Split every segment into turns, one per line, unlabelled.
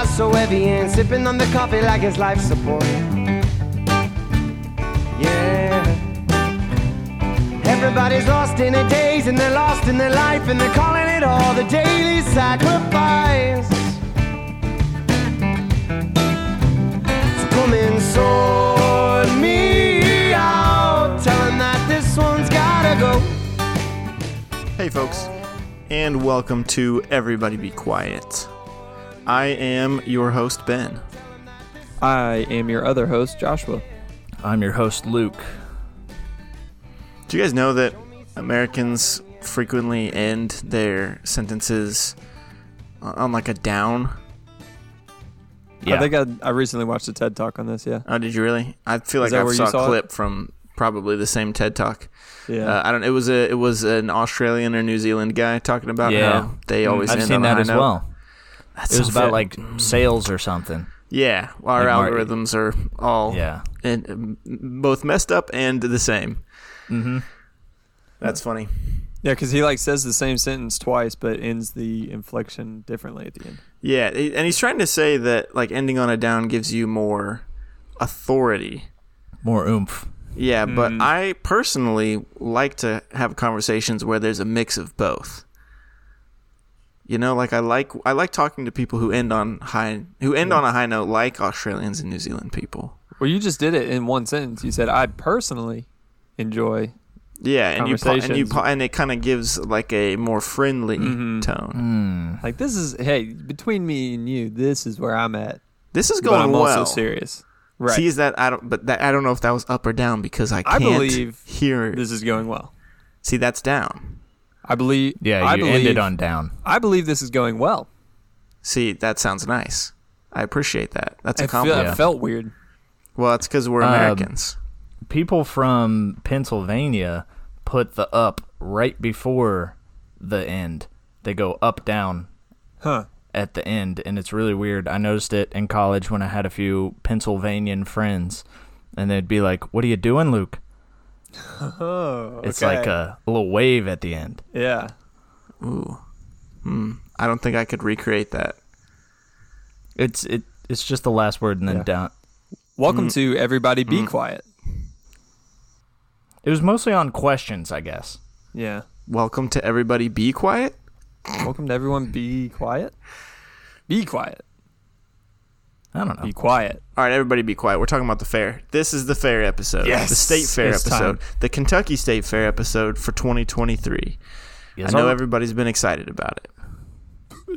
Evian, sipping on the coffee like it's life support. Yeah. Everybody's lost in their days and they're lost in their life and they're calling it all the daily sacrifice. So come and sort me out, telling that this one's gotta go.
Hey, folks, and welcome to Everybody Be Quiet. I am your host, Ben.
I am your other host, Joshua.
I'm your host, Luke.
Do you guys know that Americans frequently end their sentences uh, on like a down?
I think I, I recently watched a TED talk on this. Yeah,
Oh, did you really? I feel like
Is that
I
where you
saw a
saw it?
clip from probably the same TED talk.
yeah.
Uh, I don't. It was a. It was an Australian or New Zealand guy talking about
Yeah. Mm.
how they always.
I've
end
seen
on a
that
high
as
note.
well.
That's
It was
so
about
fit.
like sales or something.
yeah, our
like Mar-
algorithms are all
Yeah.
and um, both messed up and the same.
Mm-hmm.
That's funny.
yeah, because he like says the same sentence twice, but ends the inflection differently at the end.
Yeah, he- and he's trying to say that like ending on a down gives you more authority.
More oomph.
Yeah, but
Hmm.
I personally like to have conversations where there's a mix of both. You know, like I like I like talking to people who end on high who end on a high note like Australians and New Zealand people.
Well, you just did it in one sentence. You said, "I personally enjoy."
Yeah, and you pa- and you
Conversations. Mm-hmm.
pa- and it kind of gives like a more friendly tone.
Mm.
Like this is hey between me and you, this is where I'm at.
This is
But
going
I'm
well.
also serious. Right.
See, is that I don't but that I don't know if that was up or down because I
I
can't
believe
hear.
this is going well.
See, that's down.
I believe.
Yeah, you
I believe,
ended on down.
I believe this is going well.
See, that sounds nice. I appreciate that. That's a
It, feel,
compliment.
it felt weird.
Well, that's because we're
Um,
Americans.
People from Pennsylvania put the up right before the end. They go up down
Huh.
at the end, and it's really weird. I noticed it in college when I had a few Pennsylvanian friends, and they'd be like, "What are you doing, Luke?"
Oh.
It's like a little wave at the end.
yeah.
Ooh. Hmm. I don't think I could recreate that.
It's it. It's just the last word and then
Yeah.
down.
Welcome
Mm-hmm.
to everybody. Be quiet.
It was mostly on questions, I guess.
Yeah.
Welcome to everybody be quiet.
Welcome to everyone. Be quiet. Be quiet.
I don't know.
Be quiet.
All right, everybody be quiet. We're talking about the fair. This is the fair episode.
Yes,
The state fair
it's
episode.
time.
The Kentucky State Fair episode for 2023.
Yes,
I know
sir.
everybody's been excited about it.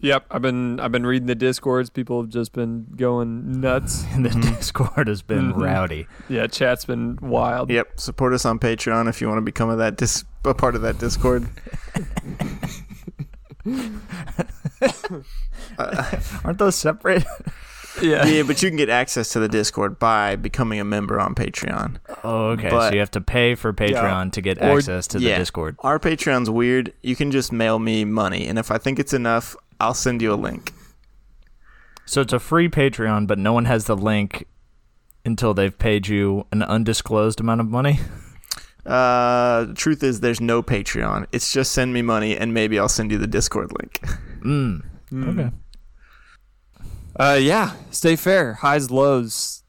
Yep. I've been I've been reading the discords. People have just been going nuts.
And the Discord has been
Mhm.
rowdy.
Yeah. Chat's been wild.
Yep. Support us on Patreon if you want to become a, that dis- a part of that Discord. Uh,
Aren't those separate?
Yeah.
yeah, but you can get access to the Discord by becoming a member on Patreon.
Oh, okay.
But-
so you have to pay for Patreon to get
Or-
access to
yeah.
the Discord.
Our Patreon's weird. You can just mail me money, and if I think it's enough, I'll send you a link.
So it's a free Patreon, but no one has the link until they've paid you an undisclosed amount of money.
Uh, the truth is, there's no Patreon. It's just send me money, and maybe I'll send you the Discord link.
Mm. Okay.
Uh, yeah, stay fair. Highs, lows.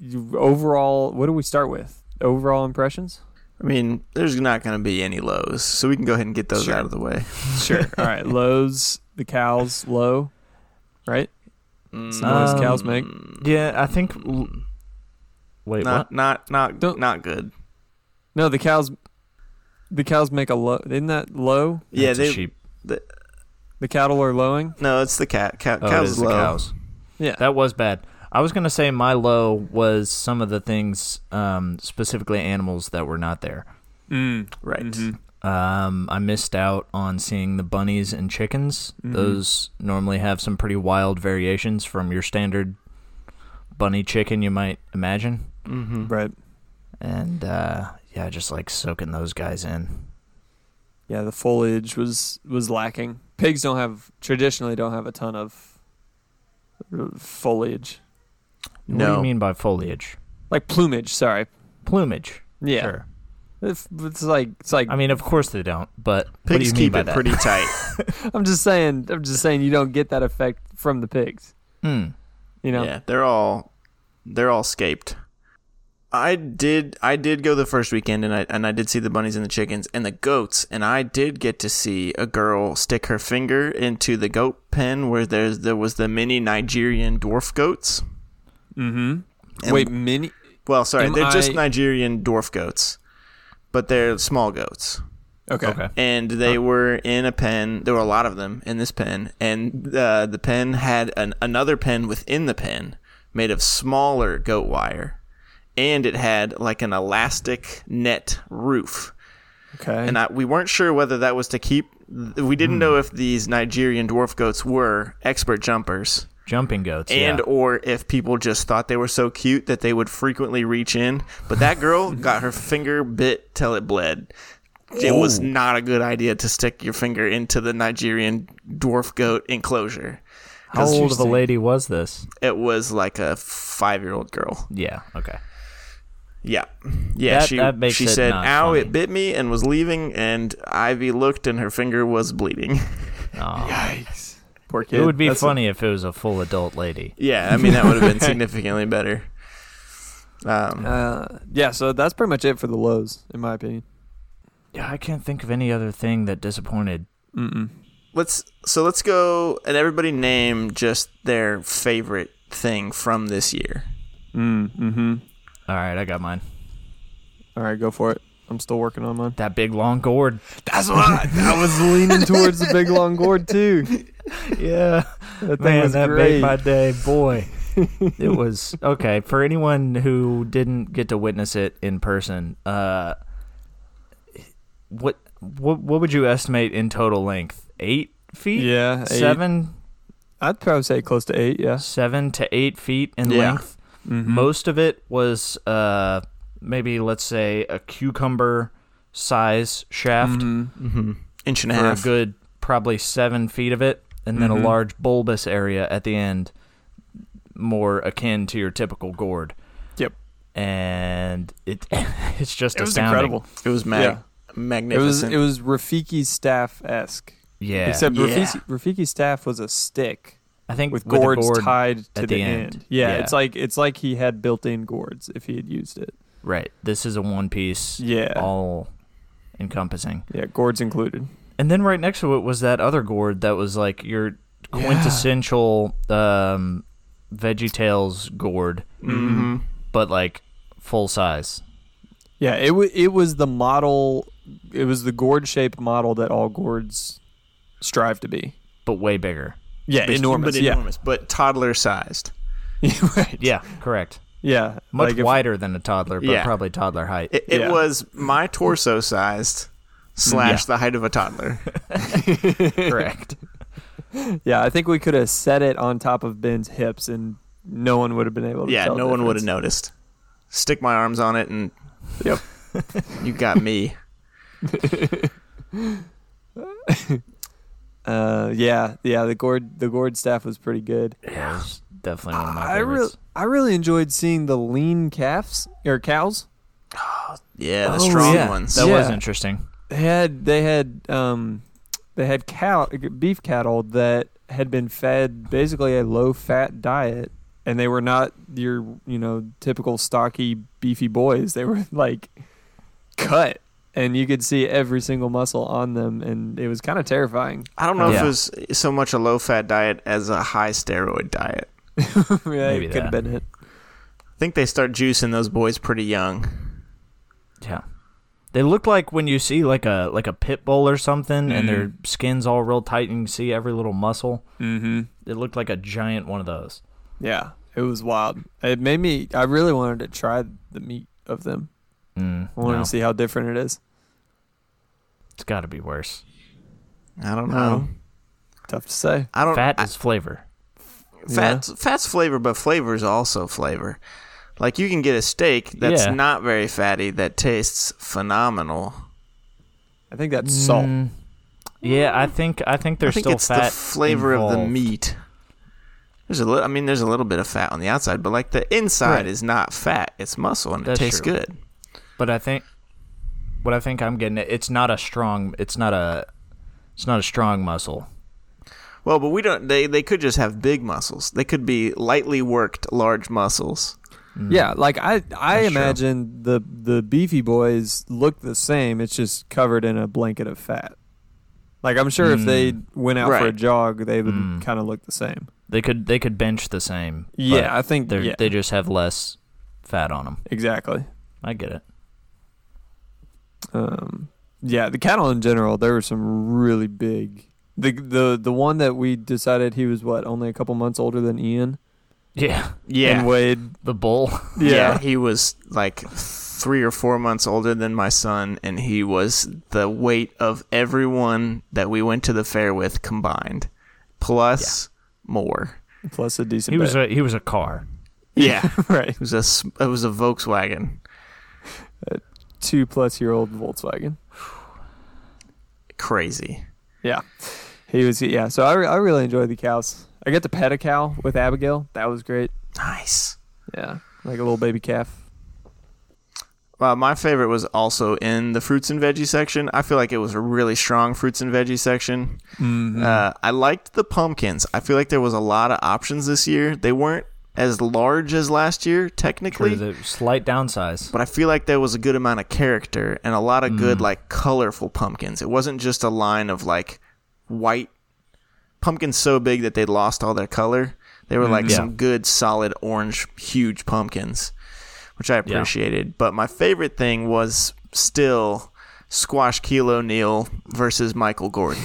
You, overall, what do we start with? Overall impressions?
I mean, there's not going to be any lows, so we can go ahead and get those
Sure.
out of the way.
Sure. All right, lows. The cows low, right?
Mm,
It's the noise
Um,
cows make.
Yeah, I think. l- Wait,
Not, not, not,
Don't-
not good.
No, the cows. The cows make a low. Isn't that low?
what?
yeah,
That's a
they-
sheep.
The cattle are lowing.
No, it's the cat. Cow,
Oh, it
cows
is
low.
the cows.
Yeah.
That was bad. I was gonna say my low was some of the things, um, specifically animals that were not there.
Mm.
Right.
Mm-hmm.
Mhm.
Um, I missed out on seeing the bunnies and chickens.
Mm-hmm.
Mhm.
Those normally have some pretty wild variations from your standard bunny chicken you might imagine.
Mm-hmm.
Right.
And uh, yeah, just like soaking those guys in.
Yeah, the foliage was was lacking. Pigs don't have traditionally don't have a ton of uh, foliage,
What do
No.
you mean by foliage?
like plumage. Sorry.
Plumage.
Yeah.
Sure.
It's, it's like it's like
I mean, of course they don't, but what do
Pigs
you mean
keep
by
it
that?
pretty tight.
I'm just saying. I'm just saying you don't get that effect from the pigs.
Mm.
You know,
Yeah, they're all they're all scaped. I did I did go the first weekend and I and I did see the bunnies and the chickens and the goats and I did get to see a girl stick her finger into the goat pen where there's there was the mini Nigerian dwarf goats. And-
wait, mini.
Well, sorry,
Am
they're just
I-
Nigerian dwarf goats, but they're small goats.
Okay.
Okay.
and they were in a pen. There were a lot of them in this pen, and uh, the pen had an, another pen within the pen made of smaller goat wire, and it had like an elastic net roof.
Okay.
And I, we weren't sure whether that was to keep. We didn't know if these Nigerian dwarf goats were expert jumpers,
Jumping goats.
and
yeah.
or if people just thought they were so cute that they would frequently reach in. But that girl got her finger bit till it bled. It was not a good idea to stick your finger into the Nigerian dwarf goat enclosure.
How old of a
Interesting.
lady was this?
It was like a five-year-old girl.
Yeah. Okay.
Yeah, yeah.
That-
she
that makes
she
it
said,
not
"Ow,
funny."
it bit me," and was leaving. And Ivy looked, and her finger was bleeding.
Yikes. Poor kid.
It would be
That's-
funny if it was a full adult lady.
yeah, I mean that would have been significantly better. Um,
Uh, yeah. So that's pretty much it for the lows, in my opinion.
Yeah, I can't think of any other thing that disappointed.
Mm-mm.
let's so let's go and everybody name just their favorite thing from this year.
Mm, mm-hmm.
All right, I got mine.
All right, go for it. I'm still working on mine.
That big long gourd.
That's what I,
I was leaning towards the big long gourd too.
Yeah.
That thing
Man,
was
that
great.
made my day, boy. it was okay for anyone who didn't get to witness it in person. Uh, what what what would you estimate in total length? Eight feet?
yeah, eight.
seven,
I'd probably say close to eight. Yeah.
seven to eight feet in
Yeah.
length.
Mhm.
Most of it was uh, maybe let's say a cucumber size shaft
Mhm.
Mm-hmm. inch and a
for a
half.
good probably seven feet of it, and then
Mhm.
a large bulbous area at the end, more akin to your typical gourd.
Yep.
And it it's just
It was
astounding.
incredible.
It was mag-
Yeah. It was
magnificent.
it was Rafiki's staff esque.
Yeah.
Except
Yeah.
Rafiki, Rafiki's staff was a stick
I think
with
with,
gourds
the gourd,
tied to
at
the,
the
end.
end.
Yeah,
Yeah.
it's like it's like he had built-in gourds if he had used it.
right? This is a one piece,
Yeah,
all encompassing.
yeah, gourds included.
And then right next to it was that other gourd that was like your quintessential um, Veggie Tales gourd,
Mhm.
but like full size.
Yeah, it w- it was the model. It was the gourd-shaped model that all gourds strive to be.
But way bigger.
Yeah, enormous.
but
yeah,
enormous, but toddler sized.
Right.
Yeah, correct.
yeah,
Much
like if-
wider than a toddler, but
Yeah.
probably toddler height.
It, it
Yeah.
was my torso sized slash the height of a toddler.
correct.
yeah, I think we could have set it on top of Ben's hips, and no one would have been able to.
yeah,
tell
no
the
one would have
difference.
noticed. Stick my arms on it, and
Yep.
you got me.
Uh, yeah, yeah, the gourd the gourd staff was pretty good.
Yeah, it was definitely one of my
I really,
favorites.
I really enjoyed seeing the lean calves or cows.
Yeah, the
Oh,
strong
yeah.
ones.
That was
Yeah.
interesting.
They had they had um, they had cow beef cattle that had been fed basically a low fat diet, and they were not your you know typical stocky beefy boys. They were like cut, and you could see every single muscle on them, and it was kind of terrifying.
I don't know if
Yeah.
it was so much a low fat diet as a high steroid diet.
yeah,
Maybe
it could have
that.
been it.
I think they start juicing those boys pretty young.
Yeah. They look like when you see like a like a pit bull or something
Mhm.
and their
Mm-hmm.
skin's all real tight and you see every little muscle.
Mm-hmm.
It looked like a giant one of those.
Yeah, it was wild. It made me. I really wanted to try the meat of them.
Mm,
I wanted
no,
to see how different it is.
It's got to be worse.
I don't know.
Wow. Tough to say.
I don't.
Oh. Fat
Oh, I-
is flavor.
Fats fats flavor, but flavor is also flavor. Like you can get a steak that's
Yeah.
not very fatty that tastes phenomenal.
I think that's salt.
Mm, yeah, I think I think
I
there's
think
still
it's
fat
the flavor of the
involved.
meat. There's a little. I mean, there's a little bit of fat on the outside, but like the inside
Right.
is not fat. It's muscle, and
That's
it tastes
true.
good.
But I think what I think I'm getting at, it's not a strong it's not a it's not a strong muscle.
Well, but we don't. They they could just have big muscles. They could be lightly worked large muscles.
Yeah, like I I
That's true.
imagine the the beefy boys look the same. It's just covered in a blanket of fat. Like I'm sure if they went out for a
Right.
jog, they would
Mm.
kind of look the same.
They could they could bench the same. but
Yeah, I think
they're,
yeah,
they just have less fat on them.
exactly.
I get it.
Um, yeah, the cattle in general, there were some really big. The the the one that we decided he was what only a couple months older than Ian
Yeah,
Yeah,
and Wade.
the bull.
yeah. He was like three or four months older than my son, and he was the weight of everyone that we went to the fair with combined, plus more.
plus a decent.
He was
bit.
a he was a car.
Yeah,
right
it was a s- it was a Volkswagen
two plus year old Volkswagen.
crazy.
Yeah, he was. Yeah, so I re- I really enjoyed the cows. I got to pet a cow with Abigail. That was great.
Nice.
Yeah, like a little baby calf.
Uh, my favorite was also in the fruits and veggie section. I feel like it was a really strong fruits and veggie section. Uh, I liked the pumpkins. I feel like there was a lot of options this year. They weren't as large as last year,
True,
technically,
the slight downsize.
but I feel like there was a good amount of character and a lot of good, like, colorful pumpkins. It wasn't just a line of, like, white pumpkins so big that they lost all their color. They were, like,
Yeah.
some good, solid, orange, huge pumpkins, which I appreciated. But my favorite thing was still Squash Keel O'Neal versus Michael Gordon.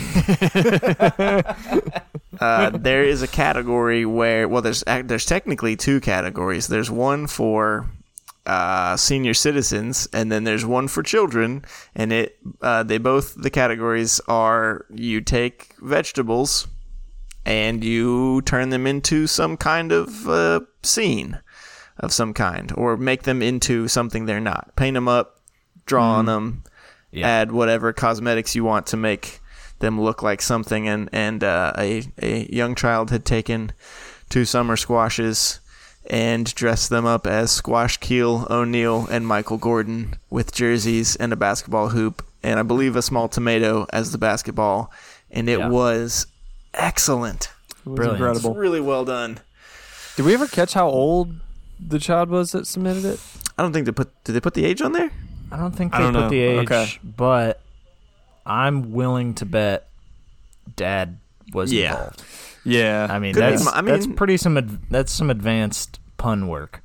uh, there is a category where well there's ac- there's technically two categories there's one for uh, senior citizens and then there's one for children and it uh, they both the categories are you take vegetables and you turn them into some kind of uh, scene of some kind or make them into something they're not paint them up draw on them
Yeah.
add whatever cosmetics you want to make them look like something and and uh, a, a young child had taken two summer squashes and dressed them up as squash keel o'neill and michael gordon with jerseys and a basketball hoop and i believe a small tomato as the basketball and it
Yeah.
was excellent
It was
Brilliant.
it's
incredible.
really well done
Did we ever catch how old the child was that submitted it?
i don't think they put did they put the age on there
I don't think
I
they
don't
put
know.
the age,
Okay.
but I'm willing to bet dad was
Yeah.
involved.
Yeah,
I mean,
Could be.
that's
I
that's
mean-
pretty some ad- that's some advanced pun work.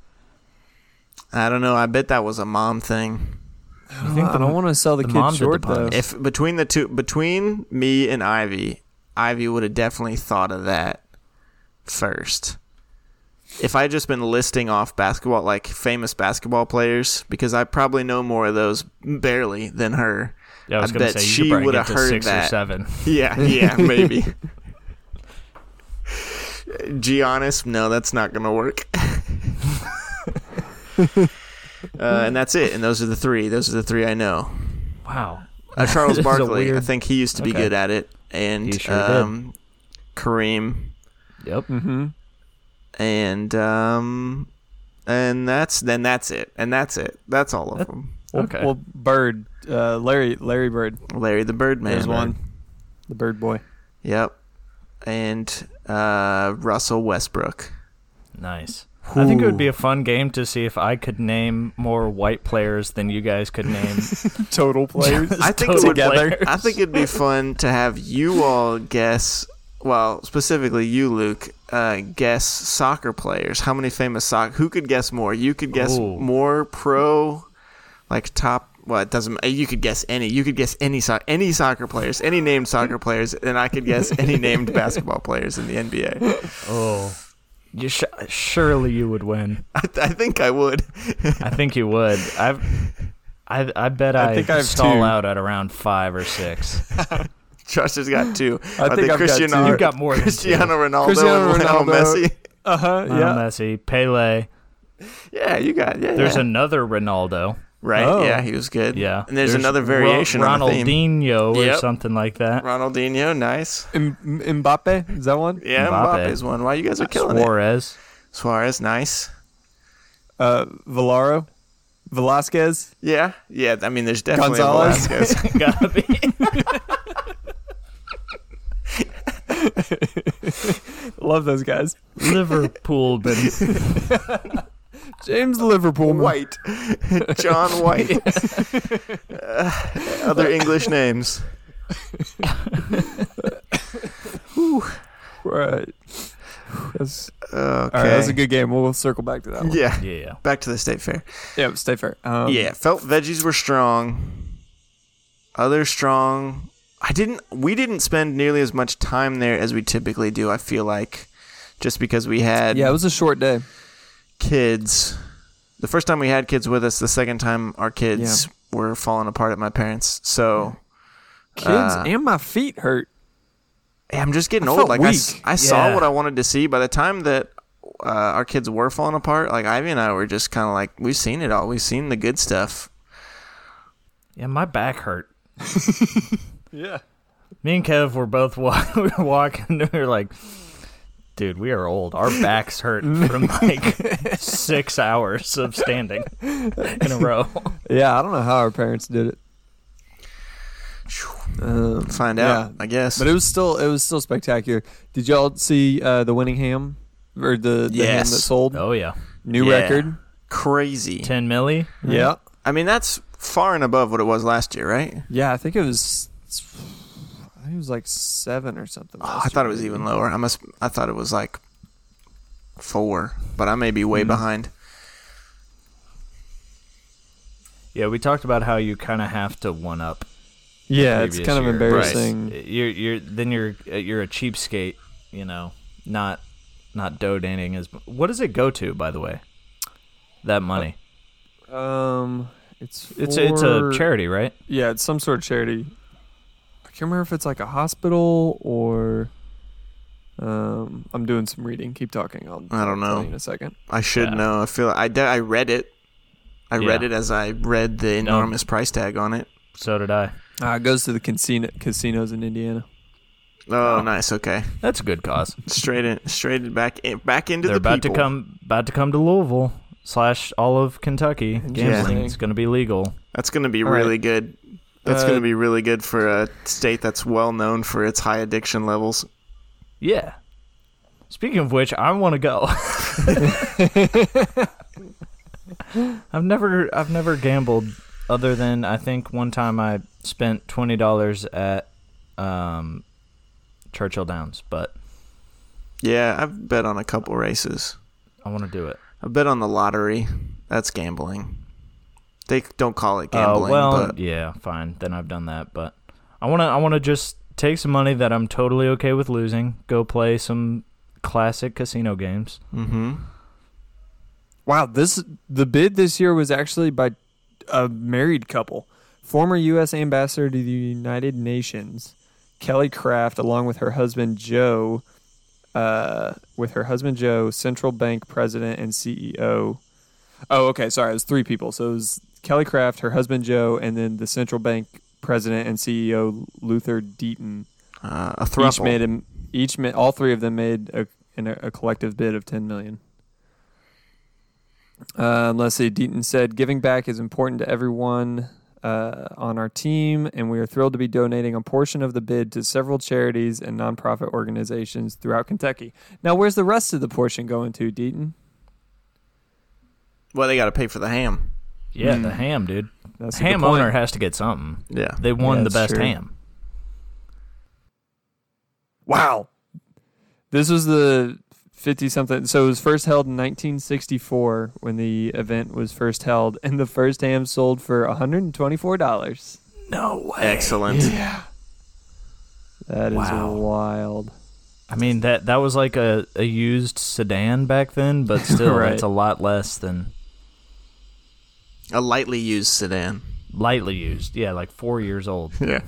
i don't know i bet that was a mom thing
I, think Uh, I don't want to sell the,
the
kid
mom did the
short though.
punch.
If between the two, between me and Ivy, Ivy would have definitely thought of that first. If I had just been listing off basketball, like famous basketball players, because I probably know more of those barely than her.
Yeah, I was
I
gonna
bet
say you
she
could probably
woulda
get to
heard
six
that.
or seven.
Yeah, yeah, maybe. Giannis, no, that's not gonna work. uh, and that's it. And those are the three. Those are the three I know.
Wow.
Uh, Charles
This is a
Barkley. I
weird-
think he used to be
Okay.
good at it, and
He sure did.
um, Kareem,
Yep.
Mm-hmm.
and um, and that's then that's it, and that's it. That's all of
That-
them.
Well,
Okay.
well Bird, uh, Larry, Larry Bird.
Larry the Birdman.
There's one, the Bird boy.
Yep, and uh, Russell Westbrook.
Nice. I think it
Ooh.
would be a fun game to see if I could name more white players than you guys could name.
Total players.
I think it
total
would,
players.
I think it'd be fun to have you all guess. Well, specifically you, Luke, uh, guess soccer players. How many famous soccer? Who could guess more? You could guess
Ooh.
more pro, like top. Well, it doesn't. You could guess any. You could guess any so- any soccer players, any named soccer players, and I could guess any named basketball players in the NBA.
oh. You sh- surely you would win.
I, th- I think I would.
I think you would. I've, I, I bet
I
I,
think I have
stall
two.
out at around five or six.
Josh has got two.
I
Are
think
they
I've got
Cristiano-
two.
You've got more than two.
Cristiano Ronaldo
Cristiano
and Lionel
Ronaldo.
Messi.
Uh huh.
Lionel
Yeah.
Messi, Pele.
Yeah, you got. Yeah,
There's
yeah.
another Ronaldo.
Right.
Oh.
Yeah, he was good.
Yeah.
And there's, another variation
Ro-
on the theme.
Ronaldinho or
Yep.
something like that.
Ronaldinho, nice.
M- M- Mbappe is that one?
Yeah,
Mbappe.
Mbappe's one. Wow, you guys are killing it.
Suarez.
Suarez, nice.
Uh, Valaro, Velasquez.
Yeah, yeah. I mean, there's definitely a
Gonzalez.
Velasquez.
Gotta be.
Love those guys.
Liverpool, baby.
James Liverpool.
White, John White. Uh, other English names.
Right. That's,
Okay.
All right, that's a good game. We'll circle back to that one.
Yeah.
Yeah.
Back to the state fair.
Yeah, but stay fair. Um,
yeah, felt veggies were strong. Other strong. I didn't. We didn't spend nearly as much time there as we typically do. I feel like, just because we had
Yeah, it was a short day.
kids. The first time we had kids with us. The second time our kids were falling apart at my parents. So
Kids
Uh,
and my feet hurt.
yeah, I'm just getting
I
old.
felt
Like I, s-
weak.
I saw
Yeah.
what I wanted to see. By the time that uh, our kids were falling apart, like Ivy and I were just kind of like, we've seen it all. We've seen the good stuff.
Yeah, my back hurt.
Yeah.
Me and Kev were both wa- we were walking. And we were like, dude, we are old. Our backs hurt from like six hours of standing in a row.
Yeah, I don't know how our parents did it. Um,
Find out, I guess.
But it was still it was still spectacular. Did y'all see uh, the winning ham or the, the ham that
Yes.
sold
Oh yeah,
new
Yeah. Mm-hmm.
record?
crazy.
ten milli.
Yeah,
I mean, that's far and above what it was last year, right?
yeah. I think it was I think it was like seven or something.
Oh,
last
I thought it
year.
was even lower. I must. I thought it was like four, but I may be
Mm-hmm.
way behind.
Yeah, we talked about how you kind of have to one up.
Yeah, it's
previous
kind of
year.
embarrassing.
You're you're then you're uh, you're a cheapskate. You know, not not donating as. What does it go to, by the way? That money.
Um, it's
It's a, it's a
Uh, for-
charity, right?
Yeah, it's some sort of charity. I can't remember if it's like a hospital or. Um, I'm doing some reading. Keep talking. I'll.
I don't
I'll tell
know.
you in a second.
I should
Yeah.
know. I feel. I de- I read it. I read
Yeah.
it as I read the enormous price tag on it.
So did I.
Uh, it goes to the casino, casinos in Indiana.
Oh,
Oh.
nice. Okay,
That's a good cause.
straight in, straight in back, in, back into
They're
the
about
people.
to come about to come to Louisville slash all of Kentucky. Gambling
Interesting.
It's going to be legal.
That's going to be
All right.
really good. That's
Uh,
going to be really good for a state that's well known for its high addiction levels.
Yeah. Speaking of which, I want to go. I've never I've never gambled other than I think one time I spent twenty dollars at um, Churchill Downs, but
Yeah, I've bet on a couple races.
I want to do it.
I bet on the lottery. That's gambling. They don't call it
Oh
gambling,
well,
but
yeah, fine. Then I've done that, but I want to. I want to just take some money that I'm totally okay with losing. Go play some classic casino games.
mm-hmm.
Wow, this the bid this year was actually by a married couple. Former U.S. ambassador to the United Nations, Kelly Kraft, along with her husband Joe, uh, with her husband Joe, central bank president and CEO. Oh, okay, sorry, it was three people. So it was Kelly Kraft, her husband Joe, and then the central bank president and CEO Luther Deaton.
uh, a
Each
thruple.
made him. Each ma- all three of them made a an, a collective bid of ten million. Uh, let's see. Deaton said, "Giving back is important to everyone uh, on our team, and we are thrilled to be donating a portion of the bid to several charities and nonprofit organizations throughout Kentucky." Now, where's the rest of the portion going to, Deaton?
well, they got to pay for the ham.
Yeah, the ham, dude.
That's a good
ham
point.
owner has to get something.
Yeah,
They won
Yeah,
the
it's
best
true.
ham.
Wow. This was the 50 something. So it was first held in 1964 when the event was first held, and the first ham sold for $124.
No way.
excellent.
That is
Wow.
wild.
I mean that that was like a, a used sedan back then, but still,
Right.
it's a lot less than
A lightly used sedan.
lightly used. Yeah, like four years old.
Yeah,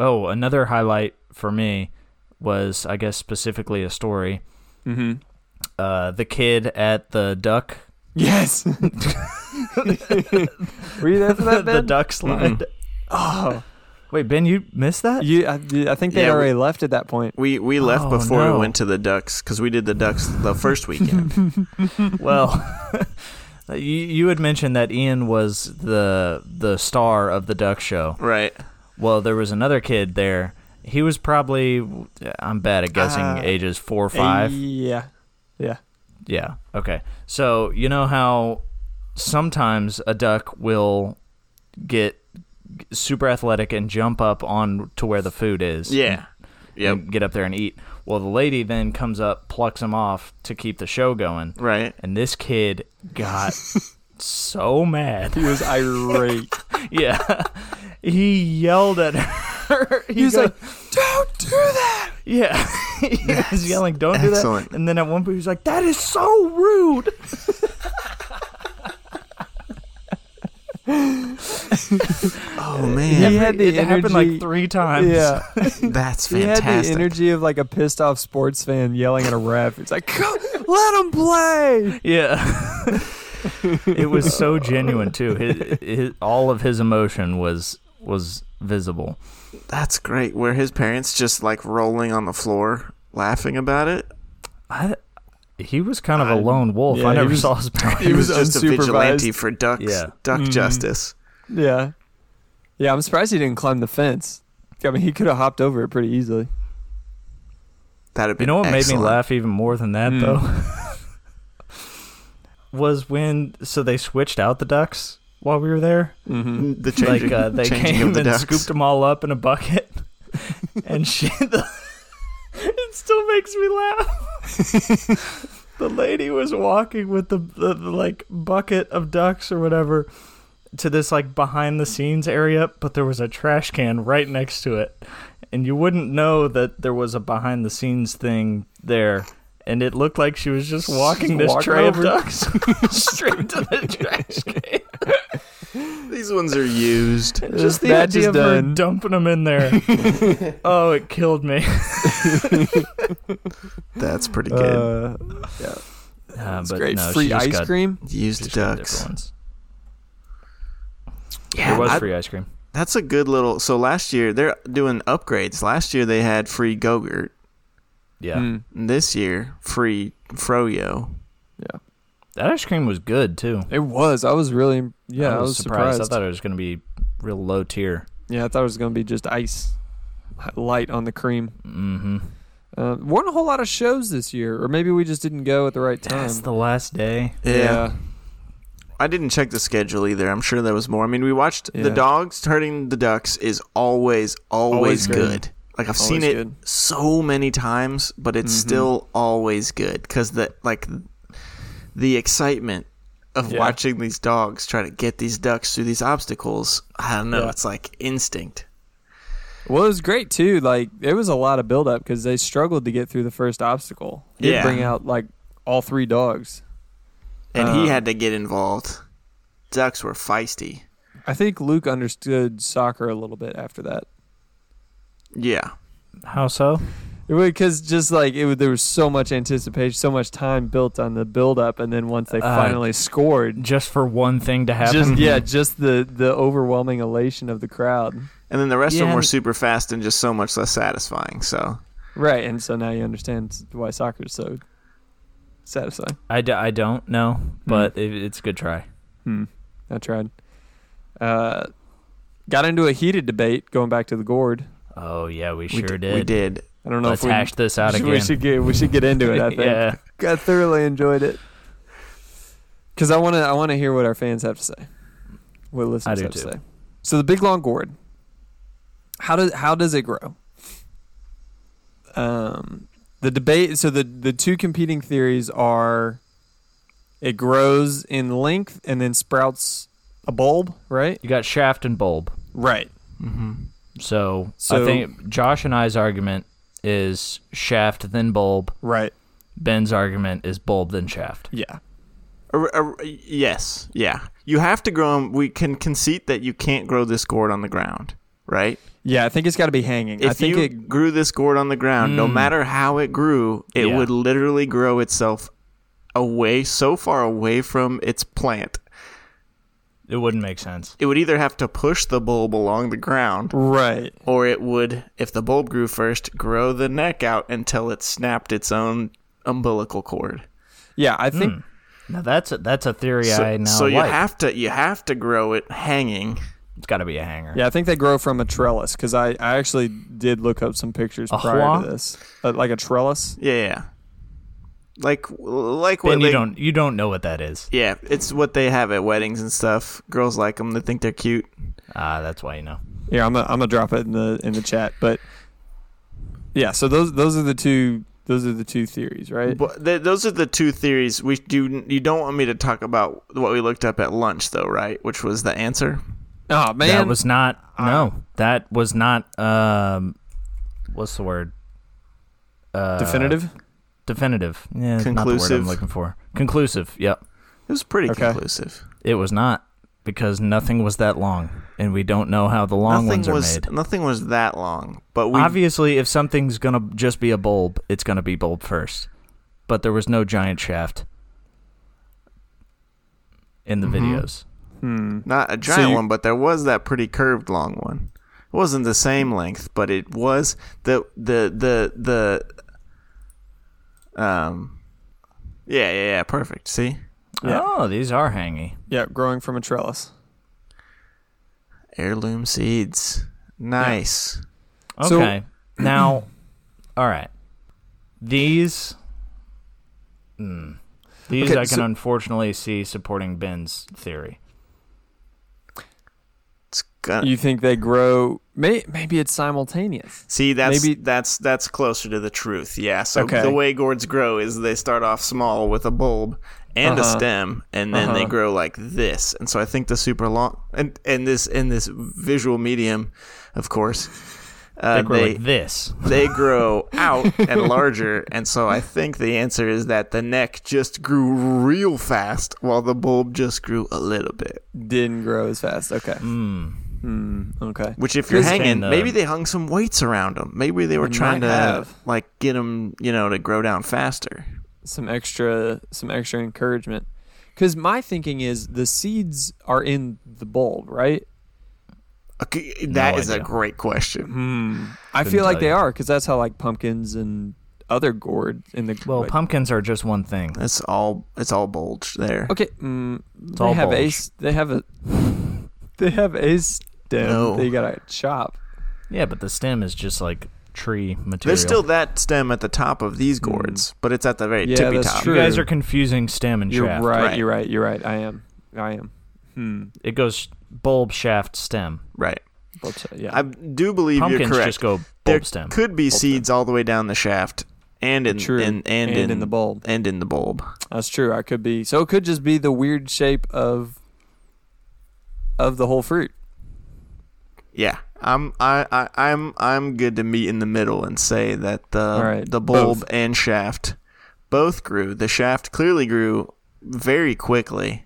Oh, another highlight for me was, I guess, specifically a story.
Mm-hmm.
Uh, the kid at the duck,
Yes. Were you there for that,
the
Ben?
duck slide.
oh,
Wait, Ben, you missed that?
you, I, I think they
Yeah, we-
already left at that point.
we we left
Oh,
before
no.
we went to the ducks because we did the ducks the first weekend.
well, you, you had mentioned that Ian was the the star of the duck show.
right.
Well, there was another kid there. He was probably, I'm bad at guessing
Uh,
ages four or five.
Yeah. Yeah.
Yeah. Okay. So you know how sometimes a duck will get super athletic and jump up on to where the food is.
Yeah. Yep.
And get up there and eat. Well, the lady then comes up, plucks him off to keep the show going.
Right.
And this kid got so mad.
He was irate.
Yeah. he yelled at her. He
was
go-
like, Don't do that.
Yeah. he was yelling, don't do
Excellent.
that. And then at one point he was like, that is so rude.
Oh
He
man,
had the
it happened
energy-
like three times.
Yeah.
that's
He had the
fantastic.
energy of like a pissed off sports fan yelling at a ref. It's like, "Go- let him play.
Yeah. it was so genuine too. His, his, all of his emotion was was visible.
That's great. Were his parents just like rolling on the floor laughing about it?
I, he was kind of a lone wolf.
yeah,
I
he
never
was-
saw his parents.
He was,
was
just a
unsupervised.
vigilante for ducks,
Yeah. Mm-hmm.
duck
Mhm.
justice.
Yeah. Yeah. I'm surprised he didn't climb the fence. I mean, he could have hopped over it pretty easily.
That'd be
You know what made
excellent.
me laugh even more than that
Hmm.
though? was when so they switched out the ducks while we were there.
Mm-hmm.
Mm, The changing,
like uh, they
changing
came
of the
and
ducks.
scooped them all up in a bucket, and she. The, it still makes me laugh. the lady was walking with the, the, the like bucket of ducks or whatever to this like behind the scenes area, but there was a trash can right next to it, and you wouldn't know that there was a behind the scenes thing there. And it looked like she was just walking this
Walking
tray
over.
of ducks straight to the trash can.
These ones are used.
Just the
Batch is
idea of her
done.
dumping them in there. oh, it killed me.
That's pretty good.
Uh, it's great. Free ice cream.
used ducks.
There was
I-
free ice cream.
That's a good little. So last year they're doing upgrades. Last year they had free Gogurt.
Yeah,
Mm.
And This year free Froyo.
that ice cream was good too.
It was. I was really. Yeah. I was, surprised.
I thought it was going to be real low tier.
yeah, I thought it was gonna be just ice, light on the cream.
Mm-hmm.
Uh, weren't a whole lot of shows this year, or maybe we just didn't go at the right time.
That's the last day.
I didn't check the schedule either. I'm sure there was more. I mean, we watched
Yeah.
the dogs hurting the ducks is always always,
Always good.
good. Like I've seen
Always
it
good. Mm-hmm.
so many times, but it's still always good because the like the excitement of
Yeah.
watching these dogs try to get these ducks through these obstacles. I don't know.
Yeah.
It's like instinct.
Well, it was great too. Like it was a lot of buildup because they struggled to get through the first obstacle. He'd
Yeah.
bring out like all three dogs.
and
Um,
he had to get involved. Ducks were feisty.
I think Luke understood soccer a little bit after that.
Yeah,
How so?
Because just like it, would- there was so much anticipation, so much time built on the buildup, and then once they
Uh,
finally scored,
Just for one thing to happen.
just yeah, just the the overwhelming elation of the crowd.
and then the rest of
Yeah,
them were
and-
super fast and just so much less satisfying. So
Right, and so now you understand why soccer is so satisfying.
I, d- I don't know, but it, it's a good try.
Hmm. I tried. Uh, got into a heated debate going back to the gourd.
Oh yeah, we
we
sure
d-
did.
We did.
I don't know
Let's
if we,
hash this out
we
again.
should get we should get into it. I think
yeah.
I thoroughly enjoyed it because I want to I want to hear what our fans have to say, what listeners
do
have to
too.
say. So the big long gourd. How does how does it grow? Um, the debate. So the the two competing theories are, it grows in length and then sprouts a bulb, right?
You got shaft and bulb.
Right.
hmm
So, I
So-
think Josh and I's argument is shaft then bulb.
Right.
Ben's argument is bulb then shaft.
Yeah.
yes, yeah. You have to grow them. We can concede that you can't grow this gourd on the ground, right?
Yeah, I think it's got to be hanging.
If
I think
you
it
grew this gourd on the ground, no
Mm.
matter how it grew, it
Yeah.
would literally grow itself away so far away from its plant.
It wouldn't make sense.
It would either have to push the bulb along the ground
right.
or it would, if the bulb grew first, grow the neck out until it snapped its own umbilical cord.
Yeah, I think
Now that's a, that's a theory I now
so you
like.
have to you have to grow it hanging
It's got to be a hanger.
Yeah, I think they grow from a trellis because I, I actually did look up some pictures
A
prior
hua?
to this, uh, like a trellis.
Yeah, yeah. Like like what
Ben, you
they-
don't you don't know what that is.
Yeah, it's what they have at weddings and stuff. Girls like them; they think they're cute.
Ah, that's why you know.
Yeah, I'm gonna I'm gonna drop it in the in the chat, but yeah, so those those are the two those are the two theories, right?
But th- those are the two theories. We do. You don't want me to talk about what we looked up at lunch, though, right? Which was the answer.
Oh man,
that was not no. That was not um what's the word? Uh
definitive.
Definitive. Yeah, it's not the word
Conclusive.
I'm looking for. Conclusive. Yep.
It was pretty
Okay.
conclusive.
It was not because nothing was that long and we don't know how the long
nothing
ones are
was
made.
nothing was that long, but we
Obviously, if something's gonna just be a bulb, it's gonna be bulb first. But there was no giant shaft in the
Mm-hmm.
videos.
hmm.
not a giant
you-
one, but there was that pretty curved long one. It wasn't the same length, but it was the the the the um. Yeah, yeah, yeah. Perfect. See.
Yeah.
Oh, these are hangy.
Yeah, growing from a trellis.
Heirloom seeds. Nice.
So-
Okay. now, all right. These. Hmm. These
Okay,
I can
so-
unfortunately see supporting Ben's theory.
It's gonna,
You think they grow? May, maybe it's simultaneous.
see that's
maybe-
that's that's closer to the truth. Yeah. So
Okay.
the way gourds grow is they start off small with a bulb and
Uh-huh.
a stem, and then they
Uh-huh.
grow like this. And so I think the super long and and this in this visual medium, of course. Uh,
They grow
they
like this.
they grow out and larger, and so I think the answer is that the neck just grew real fast, while the bulb just grew a little bit.
Didn't grow as fast. Okay.
Mm.
Hmm. Okay.
Which, if you're
This
hanging,
can, uh,
maybe they hung some weights around them. Maybe they were
They
trying
might
to
have.
like get them, you know, to grow down faster.
Some extra, some extra encouragement. Because my thinking is the seeds are in the bulb, right?
Okay, that
No
is
idea.
a great question.
Hmm. I
Couldn't
feel like
tell
they
you.
are because that's how like pumpkins and other gourd in the
Well,
but-
pumpkins are just one thing.
It's all it's all bulge there.
Okay. Mm, they
all
have
bulge.
a. s- They have a. They have a stem.
No.
They gotta chop.
Yeah, but the stem is just like tree material.
There's still that stem at the top of these gourds, but it's at the very
Mm. Yeah,
tippy
that's
top.
You guys
True.
are confusing stem and
You're
shaft.
right,
right.
You're right. You're right. I am. I am. Hmm.
It goes bulb, shaft, stem.
Right.
Let's- yeah.
I do believe
Pumpkins
you're correct.
just go bulb
there
stem.
could be seeds all the way down the shaft and in
True.
in- and,
And in the bulb.
and in the bulb.
That's true. I could be. So it could just be the weird shape of of the whole fruit.
Yeah, I'm I, I I'm I'm good to meet in the middle and say that the
All right,
the bulb
both.
and shaft both grew. The shaft clearly grew very quickly,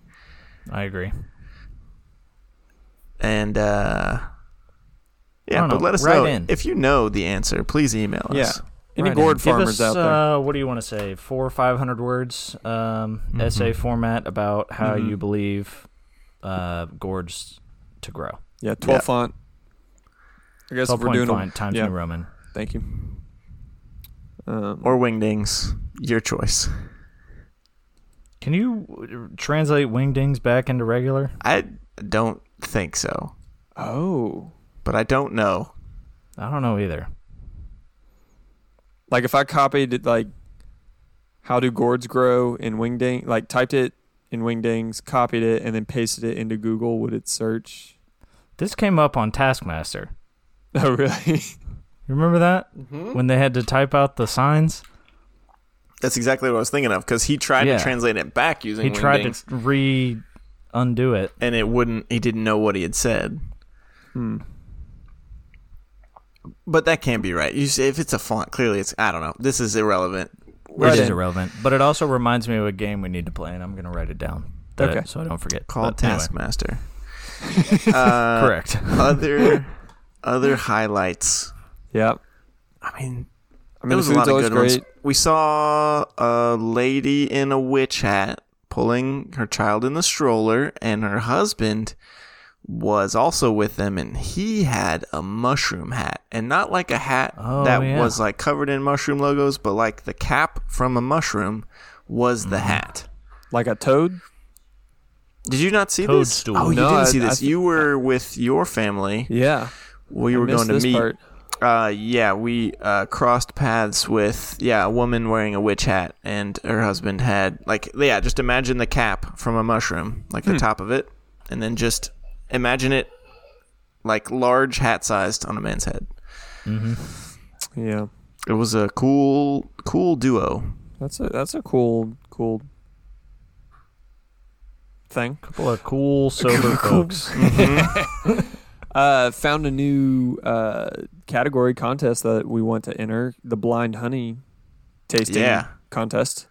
I agree.
and uh, yeah.
don't
But
know.
let us
Write
know
in.
if you know the answer. Please email
Yeah.
us.
Any
Right
gourd
in. Give
farmers
us,
out there?
Uh, what do you want to say? Four or five hundred words, um, essay format about how
Mhm.
you believe uh, gourds to grow.
yeah, twelve
yeah.
font. I guess if we're
12
doing.
font
A,
times
yeah.
New Roman.
thank you. Um,
Or wingdings, your choice.
Can you uh, translate wingdings back into regular?
I don't think so,
oh,
but I don't know.
I don't know either.
like if I copied it, like how do gourds grow in wingding? Like typed it in wingdings, copied it, and then pasted it into Google. Would it search?
This came up on Taskmaster.
Oh, really?
You remember that
Mm-hmm.
when they had to type out the signs?
That's exactly what I was thinking of because he tried
Yeah.
to translate it back using
He
wingdings,
tried to re undo it.
and it wouldn't. He didn't know what he had said.
hmm.
But that can't be right. You say if it's a font, clearly it's I don't know. This is irrelevant.
Which
Right
is
in.
irrelevant, but it also reminds me of a game we need to play, and I'm gonna write it down. that-
Okay.
so I don't forget.
Called
But anyway,
Taskmaster. uh,
correct.
Other other highlights.
Yeah.
I mean, there
I mean,
was
the
a lot of
food's always
good
great.
ones. We saw a lady in a witch hat pulling her child in the stroller, and her husband was also with them, and he had a mushroom hat, and not like a hat
Oh,
that
yeah.
was like covered in mushroom logos, but like the
Mm-hmm.
cap from a mushroom was the hat.
Like a toad?
Did you not see
Toadstool.
this? Oh, you
No,
didn't
I-
see
I
this.
th-
you were with your family.
Yeah,
We
I
were
missed
going to
this
meet.
part.
Uh, yeah, we uh, crossed paths with yeah a woman wearing a witch hat, and her husband had like yeah just imagine the cap from a mushroom, like the top of it, and then just imagine it like large hat sized on a man's head.
Yeah,
It was a cool cool duo.
that's a that's a cool cool thing.
couple of cool sober folks.
Uh, found a new uh, category contest that we want to enter: the blind honey tasting
Yeah.
contest.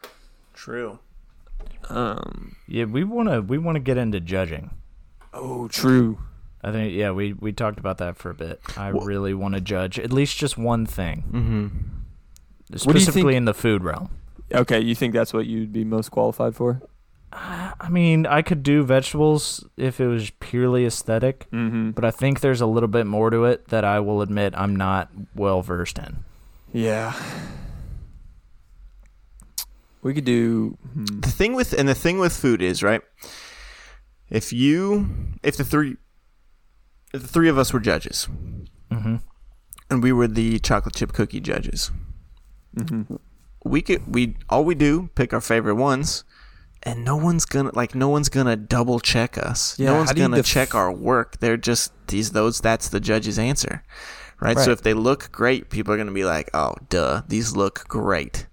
True.
Um,
Yeah, we wanna we wanna get into judging.
oh, true.
I think yeah, we we talked about that for a bit. I really want to judge at least just one thing, mm-hmm.
What do you
specifically
think-
in the food realm.
Okay, you think that's what you'd be most qualified for?
I mean, I could do vegetables if it was purely esthetic
Mm-hmm.
but I think there's a little bit more to it that I will admit I'm not well versed in.
Yeah. We could do.
The thing with and the thing with food is right. If you if the three if the three of us were judges,
Mm-hmm.
and we were the chocolate chip cookie judges.
Mhm.
We could we all we do pick our favorite ones, and no one's gonna like no one's gonna double check us.
Yeah,
no
how
one's
do you
gonna
def-
check our work. They're just these those. That's the judge's answer, right?
Right.
So if they look great, people are gonna be like, oh, duh, these look great.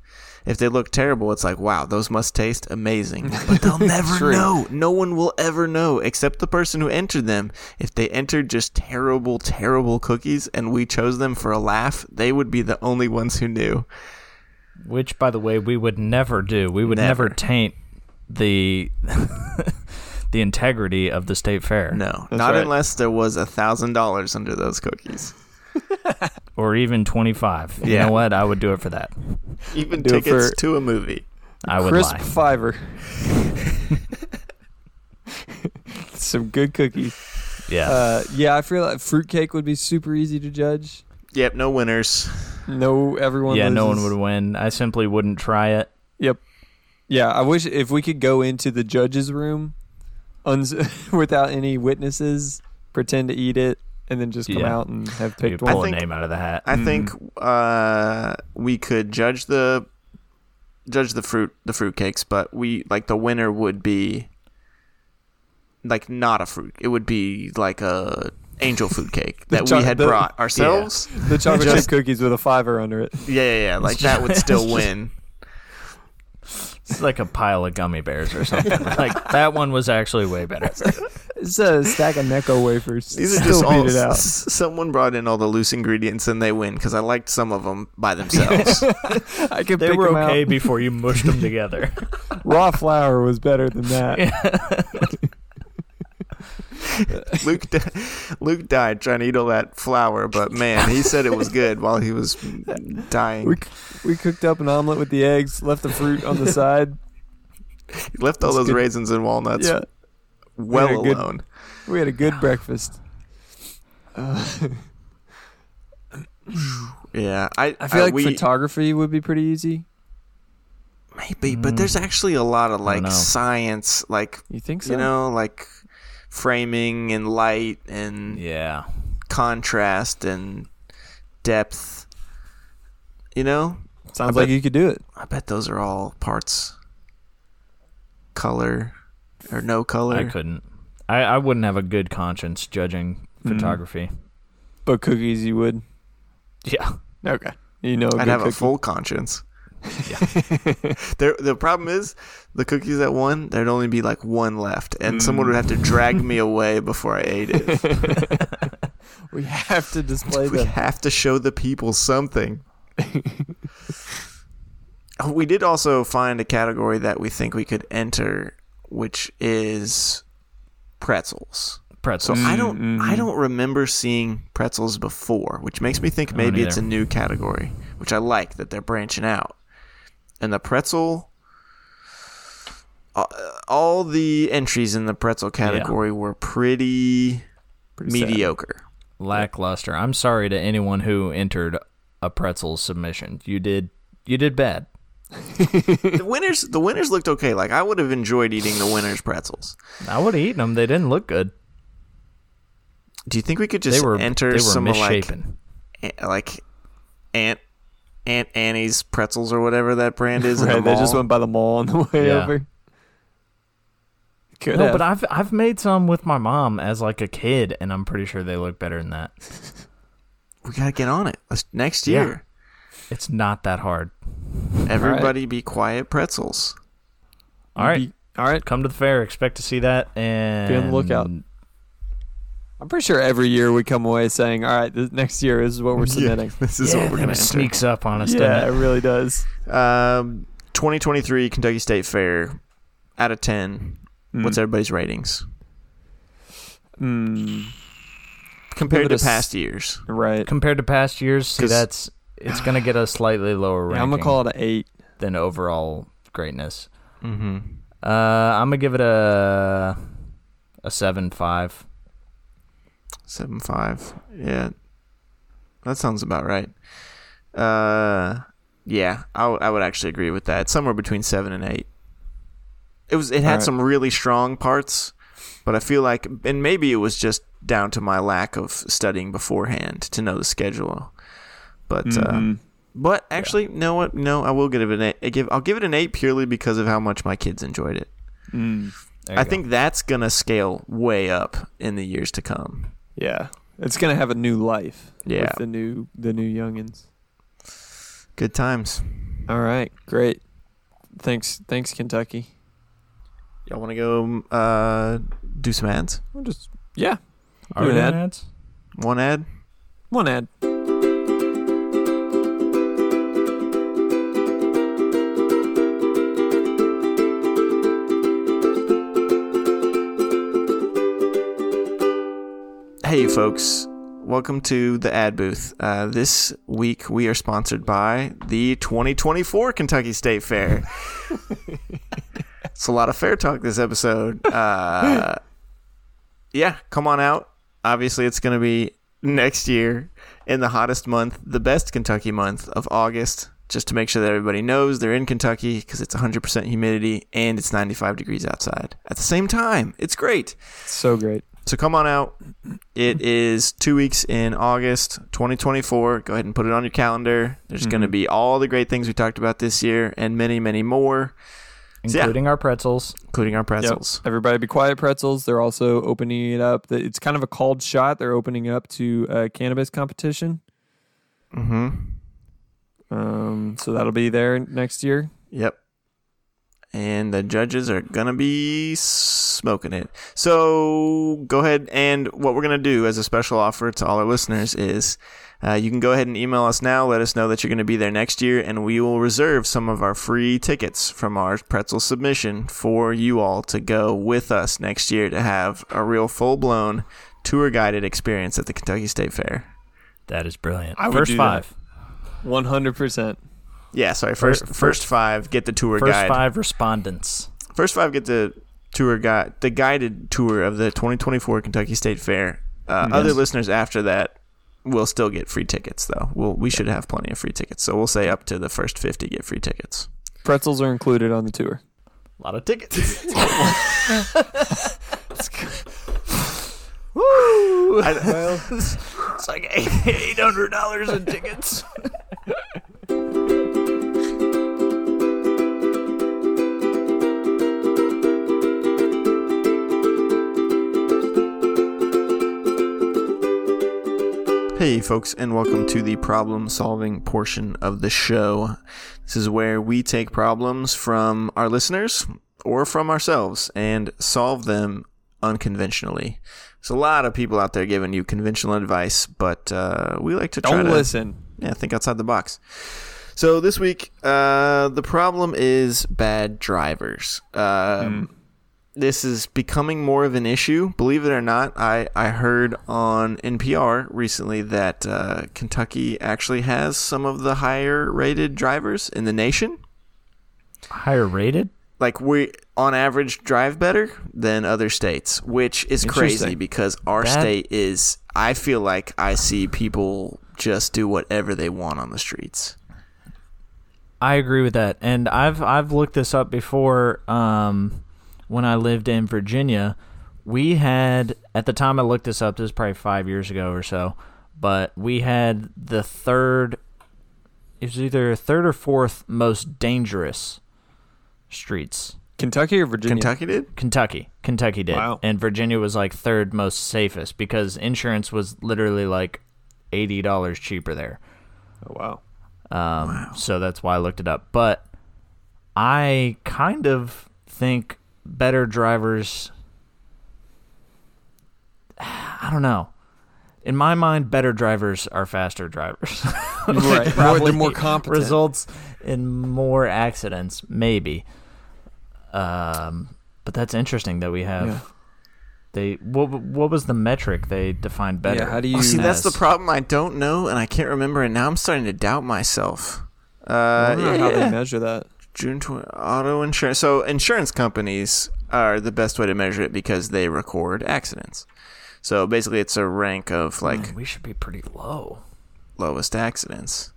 If they look terrible, it's like, wow, those must taste amazing. But they'll never
True.
know. No one will ever know except the person who entered them. If they entered just terrible, terrible cookies and we chose them for a laugh, they would be the only ones who knew.
Which, by the way, we would never do. We would never,
Never.
taint the the integrity of the state fair,
No, not
right.
unless there was a thousand dollars under those cookies.
or even twenty five. You
Yeah.
know what? I would do it for that.
Even
Do it
tickets
for-
to a movie.
I would
Crisp
lie.
fiver. Some good cookies.
Yeah.
Uh, yeah, I feel like fruitcake would be super easy to judge.
Yep, no winners.
No, everyone.
yeah. No one
loses.
would win. I simply wouldn't try it.
Yep. Yeah, I wish if we could go into the judges' room uns- without any witnesses, pretend to eat it, and then just come
Yeah.
out and have
You
picked one.
pull a
think-
name out of the hat.
I think uh, we could judge the judge the fruit the fruitcakes, but we like the winner would be like not a fruit. It would be like a angel food cake that
cho-
we had
the-
brought ourselves.
The chocolate chip
Just-
cookies with a fiver under it.
Yeah, yeah, yeah. Like that would still win.
It's like a pile of gummy bears or something. like that one was actually way better.
It's a stack of Necco wafers.
These are
Still
just all.
beat it out.
s- Someone brought in all the loose ingredients and they win because I liked some of them by themselves.
I could
They
pick
were
'em
okay before you mushed them together.
out. Raw flour was better than that.
Luke, di- Luke died trying to eat all that flour, but man, he said it was good while he was dying.
We we cooked up an omelet with the eggs, left the fruit on the side.
He left all
It's
those
good.
raisins and walnuts
yeah,
well
Very good.
alone.
we had a good breakfast.
Yeah, I,
I feel
uh,
like
we,
photography would be pretty easy.
maybe, but
Mm.
there's actually a lot of like
know.
science, like
You think so?
you know, like framing and light and
yeah.
contrast and depth. You know,
Sounds
I
like
bet-
you could do it.
I bet those are all parts. Color or no color?
I couldn't. I, I wouldn't have a good conscience judging
Mm.
photography.
But cookies, you would.
Yeah.
Okay. You know, a
I'd
good
have a
cookie.
full conscience. there, the problem is the cookies that won. There'd only be like one left, and someone would have to drag me away before I ate it.
We have to display
we
them.
have to show the people something. Oh, we did also find a category that we think we could enter, which is pretzels. So
Pretzel.
I don't,
Mm-hmm.
I don't remember seeing pretzels before, which makes me think
don't
maybe it's a
either.
new category, which I like that they're branching out. And the pretzel, uh, all the entries in the pretzel category were pretty,
sad.
mediocre.
Lackluster. I'm sorry to anyone who entered a pretzel submission. You did you did bad.
the winners, the winners looked okay. Like I would have enjoyed eating the winners pretzels.
I would have eaten them. They didn't look good.
Do you think we could
They
just
were
enter
they were
some like
misshapen.
a- like Aunt Aunt Annie's pretzels or whatever that brand is? in the
Right, they just
mall?
went by the mall on the way
Yeah.
over. Could
no,
have.
but I've I've made some with my mom as like a kid, and I'm pretty sure they look better than that.
We gotta get on it. Let's, next
Yeah.
year,
It's not that hard.
everybody be quiet. Pretzels.
All right,
Be- all right.
come to the fair. Expect to see that, and
Be on the lookout. I'm pretty sure every year we come away saying, "All right, this, next year is what we're submitting."
This
Yeah,
is what we're
that
gonna
was
enter.
sneaks up on us,
yeah, it
doesn't it?
really does.
Um, 2023 Kentucky State Fair, out of 10. What's everybody's ratings
Mm,
compared
it
to
a s-
past years?
right.
Compared to past years, see
'Cause-
that's it's gonna get a slightly lower ranking
Yeah, I'm gonna call it an eight.
than overall greatness.
Mm-hmm.
Uh, I'm gonna give it a a seven five.
Seven five. Yeah, that sounds about right. Uh, yeah, I w- I would actually agree with that. Somewhere between seven and eight. It was. It had
Alright.
some really strong parts, but I feel like, and maybe it was just down to my lack of studying beforehand to know the schedule. But
Mm-hmm.
uh,
Mhm.
but actually, no. What? No, I will give it an eight. I give. I'll give it an eight purely because of how much my kids enjoyed it.
Mm,
There you
I
go.
think that's gonna scale way up in the years to come.
yeah, it's gonna have a new life.
Yeah.
with the new the new youngins.
Good times.
All right, great. Thanks, thanks Kentucky.
Y'all want to go uh, do some ads?
We'll just yeah,
Are we
Dude,
doing
Ed.
ads?
One ad?
one ad.
Hey, folks. Welcome to the ad booth. Uh, this week we are sponsored by the 2024 Kentucky State Fair. it's a lot of fair talk this episode. Uh, yeah, come on out. Obviously, it's going to be next year in the hottest month, the best Kentucky month of August. Just to make sure that everybody knows they're in Kentucky because it's 100% humidity and it's 95 degrees outside at the same time. It's great.
So great.
So come on out. It is two weeks in August 2024. Go ahead and put it on your calendar. There's going to be all the great things we talked about this year and many, many more, yeah.
Including our pretzels.
including our pretzels.
Everybody be quiet. Pretzels. They're also opening it up. It's kind of a called shot. They're opening it up to a cannabis competition.
Mm-hmm.
Um, so that'll be there next year.
Yep. And the judges are going to be smoking it. So go ahead and what we're going to do as a special offer to all our listeners is uh, you can go ahead and email us now. Let us know that you're going to be there next year, and we will reserve some of our free tickets from our pretzel submission for you all to go with us next year to have a real full blown tour guided experience at the Kentucky State Fair.
That is brilliant.
I would
first
do that.
five.
One hundred percent.
Yeah, sorry. First,
Fir-
first, five get the tour
First
guide.
five respondents.
First five get the tour guide, the guided tour of the 2024 Kentucky State Fair. Uh, Other listeners after that will still get free tickets, though. We'll, we should have plenty of free tickets, so we'll say up to the first 50 get free tickets.
Pretzels are included on the tour.
A lot of tickets. Woo! it's like eight hundred dollars in tickets.
Hey, folks, and welcome to the problem solving portion of the show. This is where we take problems from our listeners or from ourselves and solve them unconventionally. There's a lot of people out there giving you conventional advice, but uh, we like to try
Don't
to
listen.
yeah, think outside the box. So this week, uh, the problem is bad drivers. Um, This is becoming more of an issue. Believe it or not, I, I heard on NPR recently that uh, Kentucky actually has some of the higher rated drivers in the nation.
Higher rated.
Like we on average drive better than other states, which is crazy
Interesting.
because our
That-
state is. I feel like I see people just do whatever they want on the streets.
I agree with that, and I've I've looked this up before. Um, when I lived in Virginia, we had at the time I looked this up. This is probably five years ago or so, but we had the third. It was either third or fourth most dangerous streets.
Kentucky or Virginia?
Kentucky did?
Kentucky, Kentucky did,
Wow.
and Virginia was like third most safest because insurance was literally like eighty dollars cheaper there.
Oh, wow.
Um, So that's why I looked it up. But I kind of think better drivers. I don't know. In my mind, better drivers are faster drivers.
Right.
More,
Probably
they're more competent.
results in more accidents, maybe. Um, but that's interesting that we have.
Yeah.
They what what was the metric they defined better?
Yeah, how do you
Oh, see, that's the
as-
problem. I don't know, and I can't remember, and now I'm starting to doubt myself.
I
Uh,
don't know
yeah,
how they
yeah.
measure that.
June 20, auto insurance. So insurance companies are the best way to measure it because they record accidents. So basically, it's a rank of like
Man, we should be pretty low.
lowest accidents.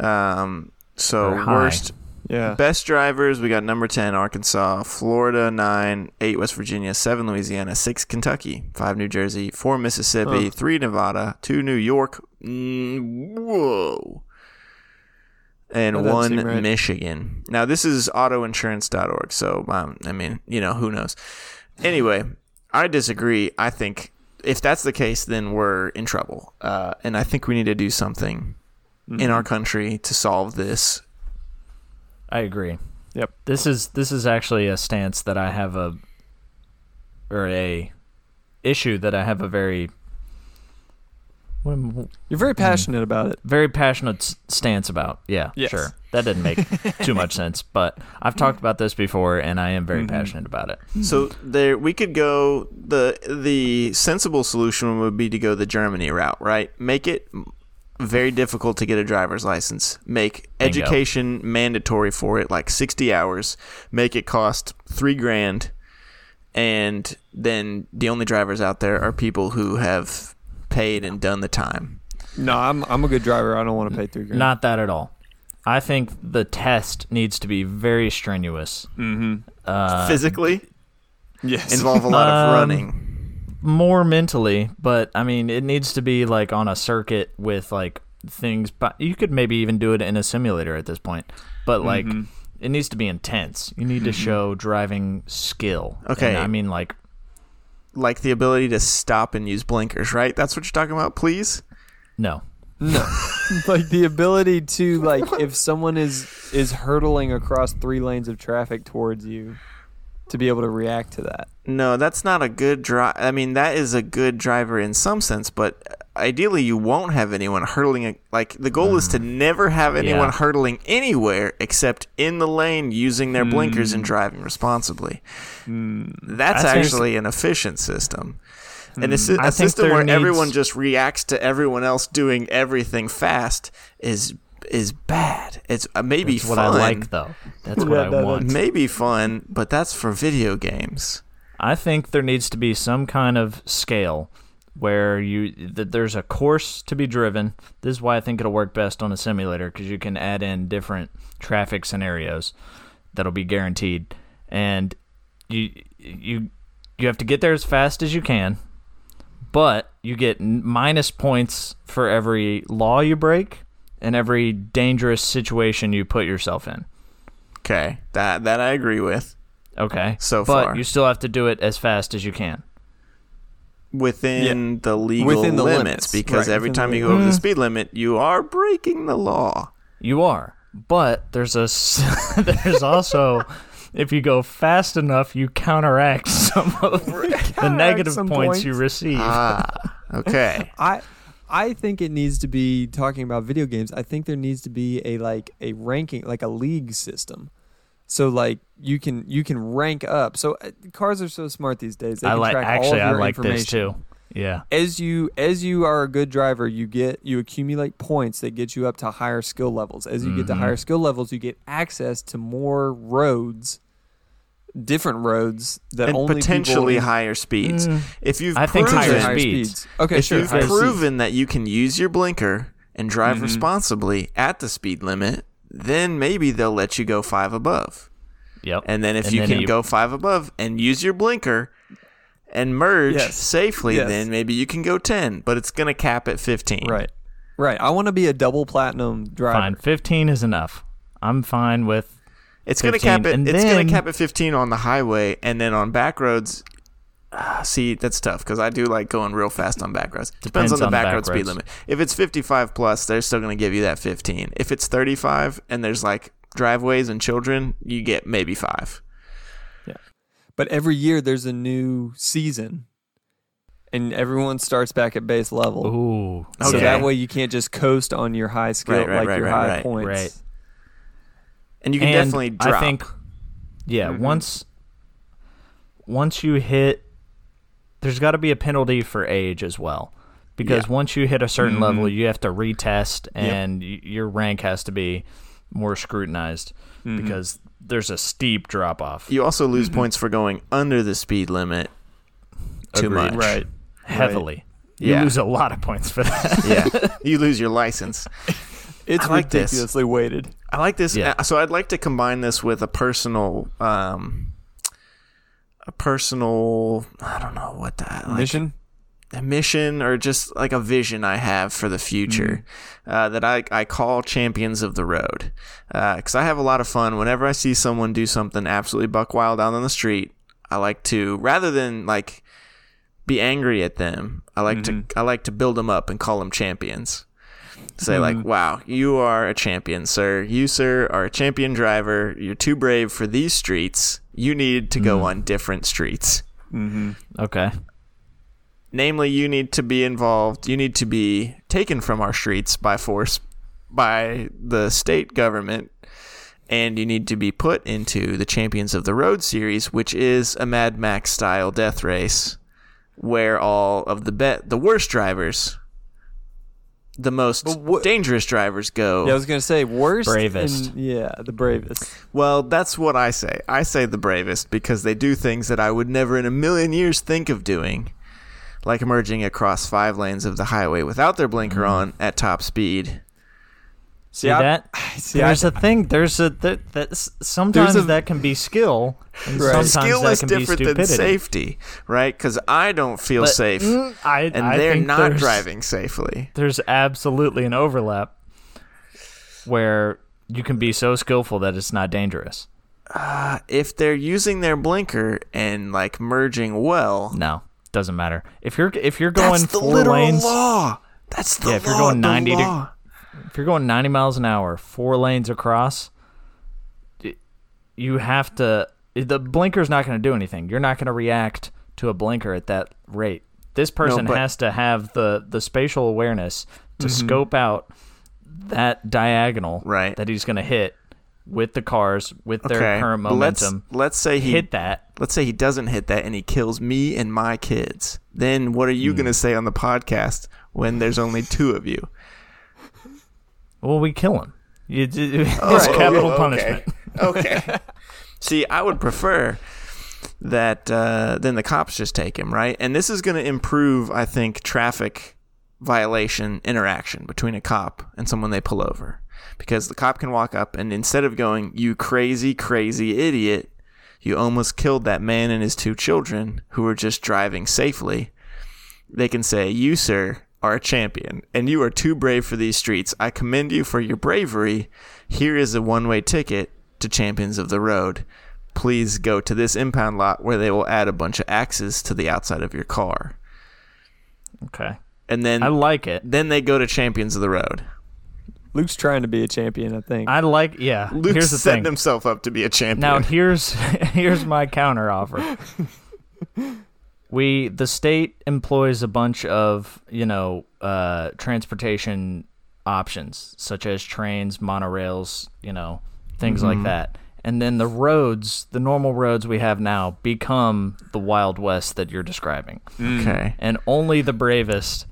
Um, so
Or high.
worst,
Yeah.
best drivers. We got number ten Arkansas, Florida nine, eight West Virginia, seven Louisiana, six Kentucky, five New Jersey, four Mississippi,
Huh.
three Nevada, two New York. Mm, whoa.
That
And
doesn't
one
seem right.
Michigan. Now this is autoinsurance.org, so um, I mean, you know, who knows. Anyway, I disagree. I think if that's the case, then we're in trouble. Uh, and I think we need to do something
Mm-hmm.
in our country to solve this.
I agree.
Yep.
This is this is actually a stance that I have a or a issue that I have a very what am-
You're very passionate about it.
very passionate s- stance about. Yeah,
Yes.
sure. That didn't make too much sense, but I've talked about this before and I am very
Mm-hmm.
passionate about it.
So there, we could go the the sensible solution would be to go the Germany route, right? Make it very difficult to get a driver's license. Make
Bingo.
education mandatory for it, like sixty hours. Make it cost three grand, and then the only drivers out there are people who have paid and done the time.
No, I'm I'm a good driver. I don't want to pay three grand.
Not that at all. I think the test needs to be very strenuous.
Mm-hmm.
Uh,
Physically,
yes.
involve a lot of
Um,
running.
more mentally, but I mean, it needs to be like on a circuit with like things. But you could maybe even do it in a simulator at this point. But like,
Mm-hmm.
it needs to be intense. You need to show driving skill. And
Okay.
I mean, like,
like the ability to stop and use blinkers, right? That's what you're talking about, please.
no.
like the ability to like if someone is is hurtling across three lanes of traffic towards you to be able to react to that
No, that's not a good drive. I mean, that is a good driver in some sense, but ideally you won't have anyone hurtling a- like the goal is to never have anyone
Mm. yeah.
hurtling anywhere except in the lane using their blinkers and driving responsibly. That's
Mm. I think- Mm.
actually an efficient system. And a, sy-
I
a
think
system
there
where
needs-
everyone just reacts to everyone else doing everything fast is is bad. It's uh, maybe
That's what
fun.
I like, though. That's what
Yeah,
I
that-
want.
Maybe fun, but that's for video games.
I think there needs to be some kind of scale where you that there's a course to be driven. This is why I think it'll work best on a simulator because you can add in different traffic scenarios that'll be guaranteed, and you you you have to get there as fast as you can, but you get n- minus points for every law you break and every dangerous situation you put yourself in.
Okay, that that I agree with.
Okay,
So
but
far.
you still have to do it as fast as you can.
Within the legal
Within the
limits,
limits,
because
right,
every
within
time
the
you go over the speed limit, you are breaking the law.
You are, but there's a s- there's also if you go fast enough, you counteract some of the negative
some
points, you
points.
receive.
Ah, okay.
i i think it needs to be talking about video games i think there needs to be a like a ranking like a league system so like you can you can rank up so uh, cars are so smart these days they
I
can
like
track
actually,
all of
I
your
like this
information.
too. Yeah,
as you as you are a good driver, you get you accumulate points that get you up to higher skill levels. As you get to
Mm-hmm.
higher skill levels, you get access to more roads, different roads that
and
only
potentially
people, Mm.
higher speeds. If you've
I think
proven,
higher
higher, higher
speeds.
speeds. Okay,
if
sure.
you've
higher speeds. Mm-hmm.
proven that you can use your blinker and drive responsibly at the speed limit, then maybe they'll let you go five above.
Yep.
And then if
And
you
then
can
you-
go five above and use your blinker and merge
Yes.
safely,
Yes.
then maybe you can go ten. But it's gonna cap at fifteen.
Right. Right. I want to be a double platinum driver.
fine. Fifteen is enough. I'm fine with
It's gonna
15,
cap it.
and
It's
then-
gonna cap at fifteen on the highway, and then on back roads. ah, see, that's tough because I do like going real fast on back roads. Depends,
Depends
on the
on
back,
back
road speed
roads.
limit. If it's fifty-five plus, they're still gonna give you that fifteen. If it's thirty-five and there's like driveways and children, you get maybe five.
But every year there's a new season, and everyone starts back at base level.
ooh.
So
Okay.
that way you can't just coast on your high skill,
Right, right,
like
right,
your
right,
high
right.
points.
Right.
And you can
And
definitely drop.
I think yeah,
Mhm.
once once you hit there's got to be a penalty for age as well. Because once you hit a certain
Mm-hmm.
level, you have to retest and y- your rank has to be more scrutinized
Mm-hmm.
because there's a steep drop off.
you also lose points for going under the speed limit too
Agreed.
much.
Right.
Heavily.
Yeah.
You lose a lot of points for that.
yeah. You lose your license.
It's
I like this.
ridiculously weighted.
I like this.
Yeah.
uh, So I'd like to combine this with a personal, um, a personal. I don't know what that like,
Mission?
a mission or just like a vision I have for the future uh, that I, I call champions of the road. Because I have a lot of fun whenever I see someone do something absolutely buck wild out on the street. I like to rather than like be angry at them. I like to I like to build them up and call them champions. Say like, "Wow, you are a champion, sir. You sir are a champion driver. You're too brave for these streets. You need to go on different streets."
Okay.
namely you need to be involved you need to be taken from our streets by force by the state government and you need to be put into the champions of the road series which is a mad max style death race where all of the bet the worst drivers the most
what-
dangerous drivers go
Yeah, I was going to say worst.
Bravest.
and- yeah, the bravest.
well, that's what I say. I say the bravest because they do things that I would never in a million years think of doing, like merging across five lanes of the highway without their blinker on
Mm-hmm.
at top speed.
See
I-
that?
see,
there's
I-
a thing. There's a th- that's sometimes
a-
that can be skill. And
Right.
Sometimes
Skill
that
is
can
different
be
than
stupidity.
safety, right? Because I don't feel
But,
safe,
mm, I,
and
I
they're
think
not
there's-
driving safely.
There's absolutely an overlap where you can be so skillful that it's not dangerous.
If they're using their blinker and like merging well,
No, doesn't matter. If you're if you're going
that's the
four
literal
lanes,
law. That's the
Yeah, if you're
law,
going
the
90 to-
law.
if you're going 90 miles an hour, four lanes across, y- you have to. The blinker's not going to do anything. You're not going to react to a blinker at that rate. This person
but- Mm-hmm.
has to have the the spatial awareness to scope out that diagonal
Right.
that he's going to hit with the cars with
okay,
their current
but
momentum.
Let's, let's say he
hit that.
Let's say he doesn't hit that and he kills me and my kids. Then what are you going to say on the podcast when there's only two of you?
Well, we kill him. You, d- it's
Oh,
capital punishment.
Okay. See, I would prefer that uh, then the cops just take him, right? And this is going to improve, I think, traffic violation interaction between a cop and someone they pull over. Because the cop can walk up and instead of going, you crazy, crazy idiot, you almost killed that man and his two children who were just driving safely, they can say, You, sir, are a champion, and you are too brave for these streets. I commend you for your bravery. Here is a one way ticket to Champions of the Road. Please go to this impound lot where they will add a bunch of axes to the outside of your car.
Okay,
And then,
I like it.
then they go to Champions of the Road.
Luke's trying to be a champion, I think.
I like. Yeah.
Luke
Here's the
setting
thing.
himself up to be a champion.
Now here's here's my counter offer. We the state employs a bunch of you know uh, transportation options such as trains, monorails, you know things like that, and then the roads, the normal roads we have now, become the wild west that you're describing,
okay.
and only the bravest.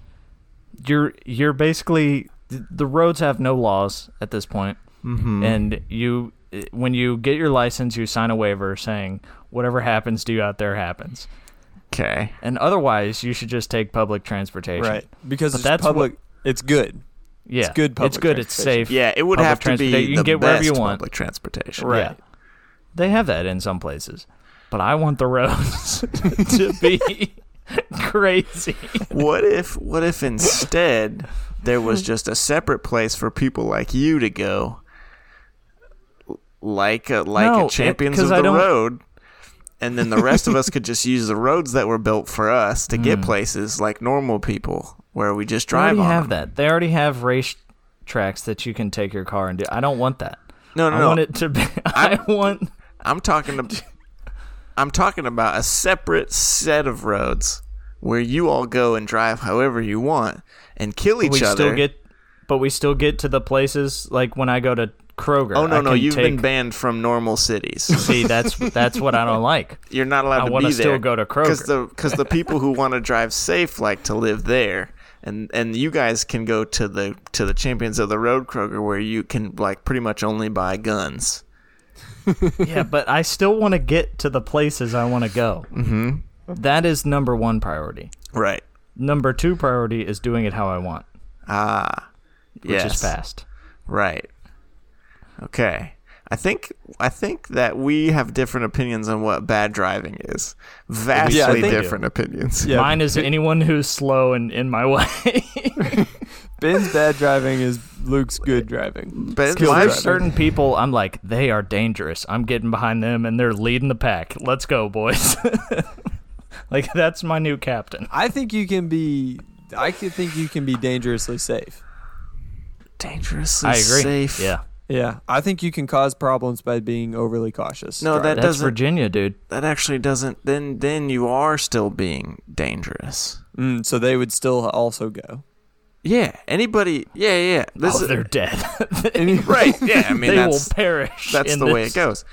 You're you're basically th- the roads have no laws at this point
Mm-hmm.
and you when you get your license you sign a waiver saying whatever happens to you out there happens
okay.
and otherwise you should just take public transportation
right. Because
But
it's
that's
public. It's good.
Yeah,
It's good public
It's good. It's
transportation.
safe.
Yeah, it would
Public
have to be
transportation. You
the
can get
best
wherever you want.
public transportation.
Yeah. They have that in some places, but I want the roads to be crazy.
What if what if instead there was just a separate place for people like you to go, like a, like
No,
a
it-
Champions
'cause
of
I
the
don't-
Road, and then the rest of us could just use the roads that were built for us to
Mm.
get places like normal people, where we just drive
they already
on.
have
them.
that. They already have race tracks that you can take your car and do. I don't want that.
No, no,
I
no.
want it to be. I want.
I'm talking to, I'm talking about a separate set of roads where you all go and drive however you want and kill each
we
other.
still get, but we still get to the places like when I go to Kroger.
oh no,
I
no,
can
you've been
take-
banned from normal cities.
See, that's that's what I don't like.
You're not allowed
I
to be
wanna
there.
still go to
because
Kroger.
the because the people who want to drive safe like to live there, and and you guys can go to the to the Champions of the Road Kroger where you can like pretty much only buy guns.
yeah, but I still want to get to the places I want to go. Mm-hmm. is number one priority.
Right.
Number two priority is doing it how I want,
Ah.
which
Yes.
is fast.
Right. Okay. I think I think that we have different opinions on what bad driving is. Vastly
Yeah, I think-
different opinions.
Yeah.
Mine is anyone who's slow and in my way.
Ben's bad driving is Luke's good driving.
But
Skill
my-
driving.
There's certain people I'm like, they are dangerous. I'm getting behind them and they're leading the pack. Let's go, boys. like that's my new captain.
I think you can be. I could think you can be dangerously safe.
dangerously
I agree.
safe.
Yeah.
Yeah, I think you can cause problems by being overly cautious.
No, that
driving.
That's
doesn't
Virginia, dude.
that actually doesn't then then you are still being dangerous.
Mm, so they would still also go.
Yeah. Anybody yeah, yeah. This
Oh,
is-
they're dead.
right. Yeah, I mean
they will
that's
perish.
that's
in
the way it
this.
goes.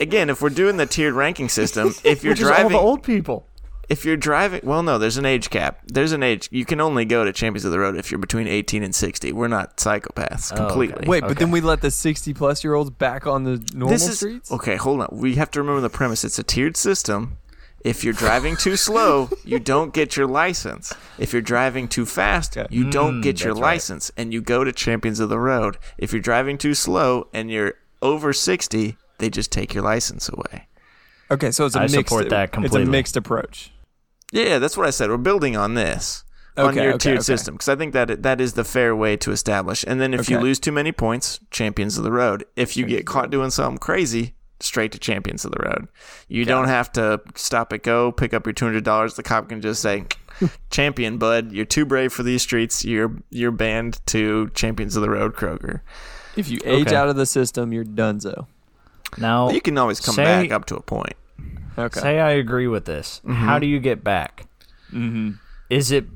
Again, if we're doing the tiered ranking system, if you're
Which is all
driving
the old people.
if you're driving well no there's an age cap there's an age you can only go to champions of the road if you're between 18 and 60 we're not psychopaths
Oh, okay.
completely
Wait, but
Okay.
then we let the sixty-plus-year-olds back on the normal
this is
streets.
okay hold on we have to remember the premise it's a tiered system if you're driving too slow you don't get your license if you're driving too fast
Okay.
you don't
Mm,
get your
that's right.
license and you go to champions of the road if you're driving too slow and you're over 60 they just take your license away
Okay, so it's a
I
mixed.
support that completely.
It's a mixed approach.
Yeah, that's what I said. We're building on this on
Okay,
your
okay,
tiered
okay.
system because I think that that is the fair way to establish. And then if you
Okay.
lose too many points, champions of the road. If you get caught doing something crazy, straight to champions of the road. You don't have to stop at go pick up your two hundred dollars. The cop can just say, "Champion, bud, you're too brave for these streets. You're you're banned to champions of the road, Kroger."
If you age
Okay.
out of the system, you're donezo.
Now
you can always come
say-
back up to a point.
Okay.
say I agree with this.
Mm-hmm.
How do you get back? Is it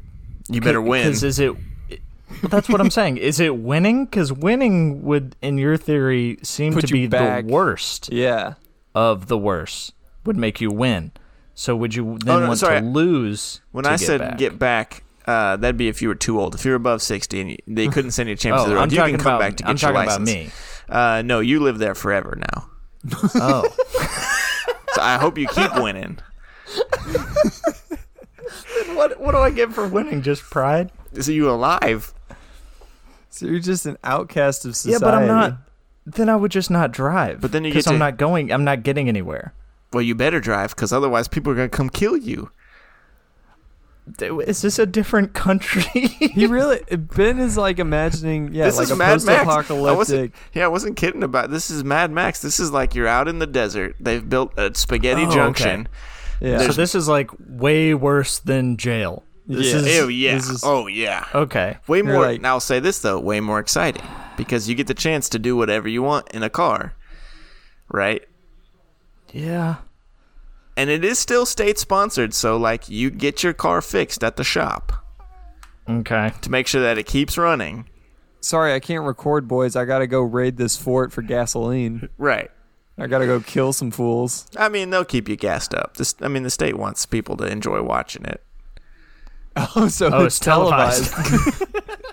You better win.
Because is it? it- That's what I'm saying. Is it winning? Because winning would, in your theory, seem
Put
to
you
be
back.
the worst
yeah.
of the worst. Would make you win. So would you then
Oh, no,
want
sorry.
to lose?
When
to
I
get
said
back?
get back, uh, that'd be if you were too old. If you're above sixty and you, they couldn't send you to Champions
oh,
of the Road,
I'm
you
talking
can come
about,
back to get
I'm
your
talking
license.
about
Uh,
me.
no, you live there forever now.
Oh,
So I hope you keep winning.
what what do I get for winning? Just pride?
So you alive?
So you're just an outcast of
Yeah,
society.
but I'm not. Then I would just not drive.
But then you
'cause
get
I'm
to-
not going. I'm not getting anywhere.
Well, you better drive because otherwise people are gonna come kill you.
Is this a different country?
He really Ben is like imagining yeah
this
like
is
a
Mad Max. I
post-apocalyptic.
wasn't, yeah, I wasn't kidding about. This is Mad Max. This is like you're out in the desert. They've built a spaghetti
Oh,
junction.
Yeah.
So this is like way worse than jail. This
Yeah.
is
Ew, yeah.
this is-
oh yeah.
okay.
Way
You're
more.
like-
and I'll say this though, way more exciting because you get the chance to do whatever you want in a car, right?
Yeah.
And it is still state sponsored, so like you get your car fixed at the shop
Okay.
to make sure that it keeps running.
Sorry, I can't record, boys. I gotta go raid this fort for gasoline.
Right.
I gotta go kill some fools.
I mean, they'll keep you gassed up. This, I mean, the state wants people to enjoy watching it.
Oh, so
Oh,
it's, televised.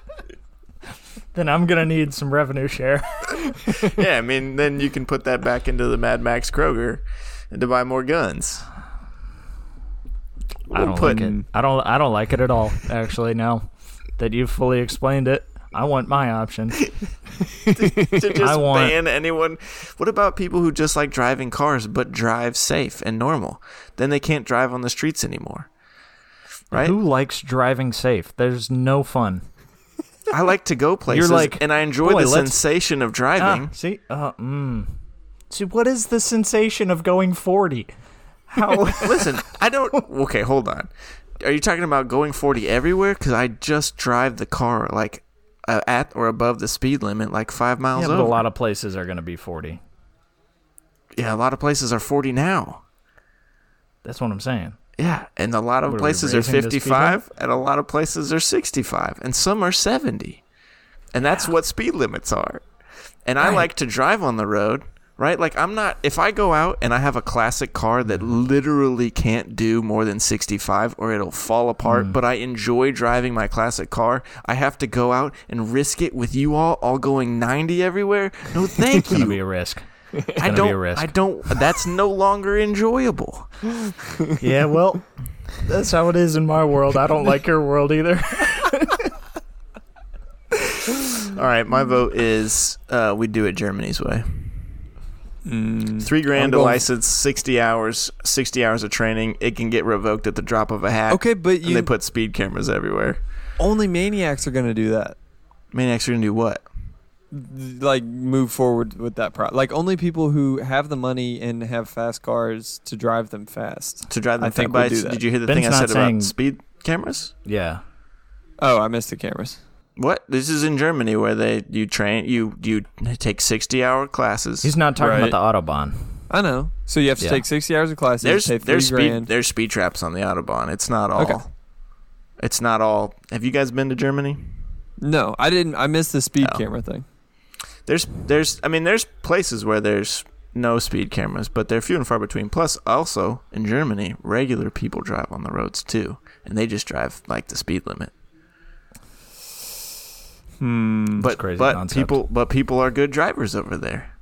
then I'm gonna need some revenue share.
yeah, I mean, then you can put that back into the Mad Max Kroger and to buy more guns.
I
We'll
don't
put-
like it. I don't. I don't like it at all. Actually, now that you've fully explained it,
I want my option.
to just
I want-
ban anyone. What about people who just like driving cars but drive safe and normal? Then they can't drive on the streets anymore. Right?
Who likes driving safe? There's no fun.
I like to go places
like,
and I enjoy
"Boy,
the
let's-
sensation of driving.
see, uh, mm.
See, what is the sensation of going 40? How
Listen, I don't Okay, hold on. Are you talking about going 40 everywhere cuz I just drive the car like uh, at or above the speed limit like 5 miles
Yeah,
over.
but a lot of places are going to be 40.
yeah, a lot of places are 40 now.
That's what I'm saying.
Yeah, and a lot of
What are we,
places are
raising this
55, and a lot of places are 65, and some are 70. And that's what speed limits are. And I like to drive on the road, right? Like, I'm not, if I go out and I have a classic car that
Mm-hmm.
literally can't do more than 65 or it'll fall apart,
Mm.
but I enjoy driving my classic car, I have to go out and risk it with you all, all going 90 everywhere. No, thank
It's going
you.
to be a risk.
I
gonna be
don't,
a risk.
I don't, that's no longer enjoyable.
Yeah, well, that's how it is in my world. I don't like your world either.
All right, my vote is uh, we do it Germany's way.
Mm.
Three
I'm
grand a
going-
license, sixty hours, sixty hours of training. It can get revoked at the drop of a hat.
Okay, but
and
you
they put speed cameras everywhere.
only maniacs are going to do that.
Maniacs are gonna do what?
Like move forward with that pro. Like only people who have the money and have fast cars to drive them fast.
To drive them
I think
fa-
we do that.
Did you hear the
Ben's
thing I
not
said
saying-
about speed cameras?
Yeah.
Oh, I missed the cameras.
What? This is in Germany where they you train you you take sixty hour classes.
He's not talking
Right.
about the Autobahn.
I know. So you have to
Yeah.
take sixty hours of classes.
there's
pay three
there's speed
grand.
there's speed traps on the autobahn. It's not all.
Okay.
It's not all. Have you guys been to Germany?
No, I didn't. I missed the speed
Oh.
camera thing.
there's there's I mean there's places where there's no speed cameras, but they're few and far between. Plus, also in Germany, regular people drive on the roads too, and they just drive like the speed limit.
Hmm.
But
crazy
but
concept.
people but people are good drivers over there.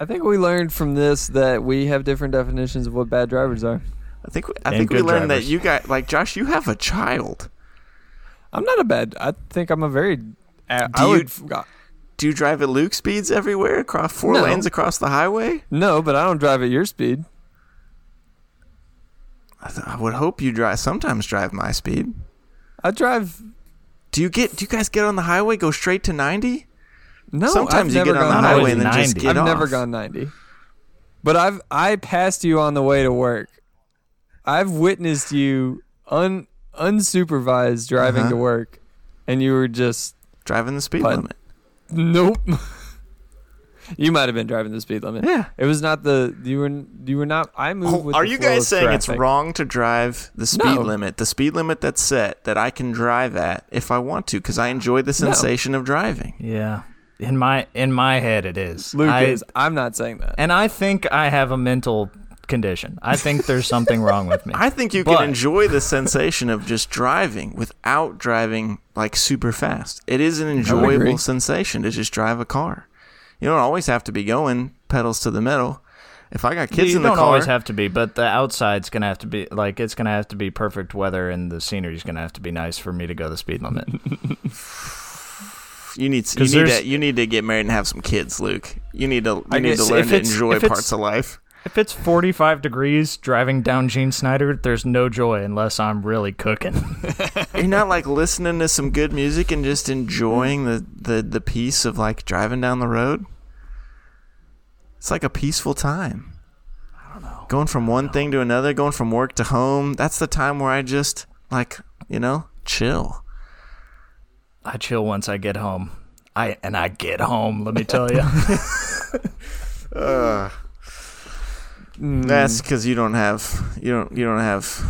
I think we learned from this that we have different definitions of what bad drivers are.
I think we, I
And
think we
good
learned
drivers.
that you got like Josh, you have a child.
I'm not a bad. I think I'm a very. I,
Do
I
you-
would
Do you drive at Luke speeds everywhere across four
No.
lanes across the highway?
no, but I don't drive at your speed.
I, th- I would hope you drive sometimes drive my speed.
I drive.
Do you get do you guys get on the highway go straight to 90?
No,
sometimes
I've
you
never
get on the
gone
Not always
highway and then just
90.
get
I've
off.
never gone 90. But I've I passed you on the way to work. I've witnessed you un unsupervised driving
Uh-huh.
to work, and you were just
driving the speed
But-
limit.
nope. you might have been driving the speed limit.
Yeah.
It was not the you were you were not. I moved.
Hol-
with
Are
the
you
flow
guys
of
saying it's
traffic.
wrong to drive the speed
No.
limit, the speed limit that's set that I can drive at if I want to because I enjoy the sensation of driving?
Yeah. In my in my head it is.
Luke
I-
is. I'm not saying that.
and I think I have a mental condition. I think there's something wrong with me.
I think you
But-
can enjoy the sensation of just driving without driving like super fast. It is an enjoyable sensation to just drive a car. You don't always have to be going pedals to the metal. If I got kids
you
in the
don't
car,
always have to be, but the outside's gonna have to be like it's gonna have to be perfect weather, and the scenery's gonna have to be nice for me to go the speed limit.
you need
'Cause
you need
there's-
to, you need to get married and have some kids, Luke. You need to
I
you need to
guess
learn
if
to
it's-
enjoy
if it's-
parts of life.
if it's 45 degrees driving down Gene Snyder, there's no joy unless I'm really cooking.
You're not like listening to some good music and just enjoying the, the, the peace of like driving down the road. It's like a peaceful time. I don't know. Going from one thing to another, going from work to home. That's the time where I just like, you know, chill.
I chill once I get home. I and I get home. Let me tell you.
Mm.
That's cuz you don't have you don't you don't have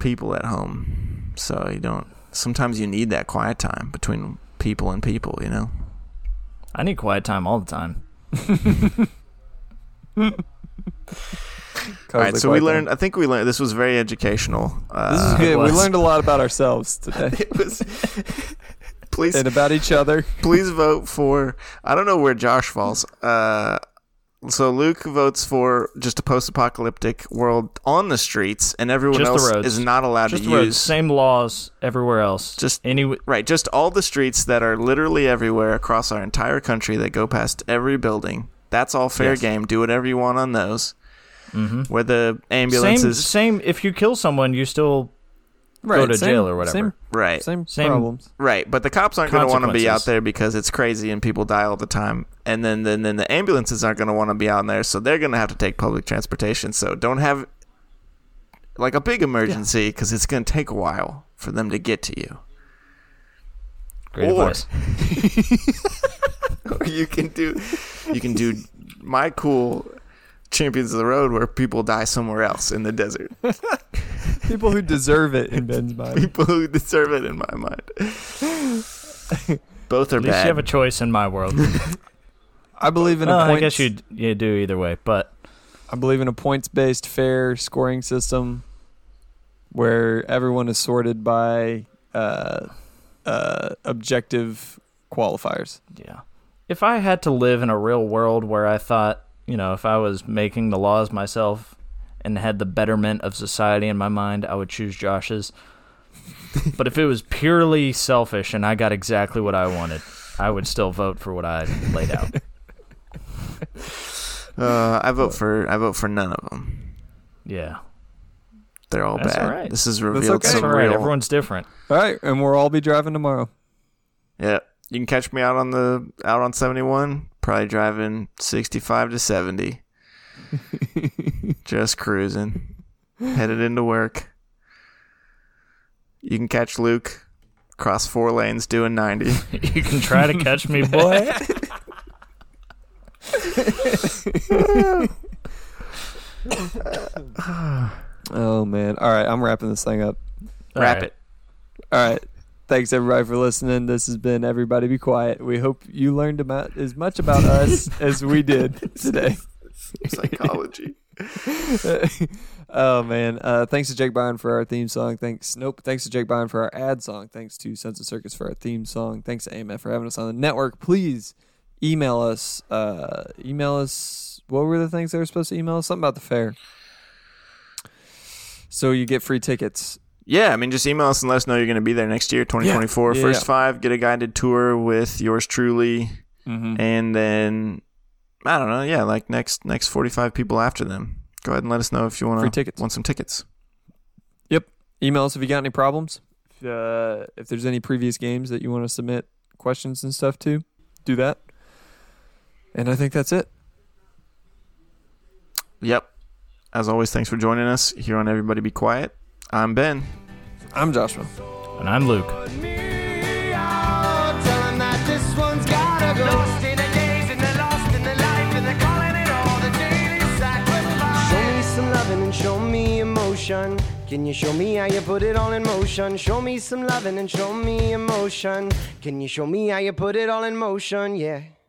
people at home. So you don't sometimes you need that quiet time between people and people, you know.
I need quiet time all the time.
All right,
Cosmic
so we
Wi-Fi.
learned I think we learned this was very educational. Uh,
This is good.
was.
We learned a lot about ourselves today
it was please
and about each other.
please vote for I don't know where Josh falls. Uh so Luke votes for just a post-apocalyptic world on the streets, and everyone
Just the
else
roads.
is not allowed
Just
to
the roads.
use
same laws everywhere else.
Just-
any
right. Just all the streets that are literally everywhere across our entire country that go past every building. That's all fair
Yes. Mm-hmm.
game. Do whatever you want on those. Where the
same
ambulances,
same. If you kill someone, you still
Right,
to
same-
jail or whatever.
Same,
right,
same,
Same-
problems.
right. But the cops aren't going to want to be out
Consequences.
there because it's crazy and people die all the time. And then then, then the ambulances aren't going to want to be out there, so they're going to have to take public transportation. So don't have like a big emergency because it's going to take a while for them to get to you.
great
Or-
advice.
you can do you can do my cool champions of the road where people die somewhere else in the desert
People who deserve it in Ben's mind.
people who deserve it in my mind both are
At least you have a
bad
choice in my world.
I believe in a
Well,
points.
I guess you you do either way, but
I believe in a points-based fair scoring system where everyone is sorted by uh, uh, objective qualifiers.
yeah. If I had to live in a real world where I thought, you know, if I was making the laws myself and had the betterment of society in my mind, I would choose Josh's. but if it was purely selfish and I got exactly what I wanted, I would still vote for what I laid out.
uh, i vote for i vote for none of them
Yeah.
they're all
That's
bad
all right.
this has revealed
okay.
That's
some
all right.
real
Everyone's different.
All right, and we'll all be driving tomorrow.
yeah you can catch me out on the out on 71 probably driving 65 to 70 just cruising headed into work you can catch luke cross four lanes doing 90
You can try to catch me, boy.
Oh man! All right, I'm wrapping this thing up.
wrap
Alright.
it
All right. Thanks everybody for listening. This has been Everybody Be Quiet. We hope you learned about as much about us as we did today.
psychology
oh man! Uh, thanks to Jake Byrne for our theme song. Thanks Nope. Thanks to Jake Byrne for our ad song. Thanks to Sense of Circus for our theme song. Thanks to AMF for having us on the network. Please email us. Uh, email us. What were the things they were supposed to email us? Something about the fair. So you get free tickets.
yeah i mean just email us and let us know you're going to be there next year 2024
Yeah,
first
yeah.
five get a guided tour with yours truly
Mm-hmm.
and then i don't know yeah like next next 45 people after them go ahead and let us know if you
Free
want to
tickets.
want some tickets
Email us if you got any problems. If, uh, if there's any previous games that you want to submit questions and stuff to, do that. And I think that's it.
Yep. As always, thanks for joining us here on Everybody Be Quiet. I'm Ben.
I'm Joshua.
And I'm Luke.
me out. Tell 'em that this one's gotta go. Lost in the days and they're lost in the life and they're calling it all the daily sacrifice. Show me some loving and show me emotion. Can you show me how you put it all in motion? Show me some loving and show me emotion. Can you show me how you put it all in motion? Yeah.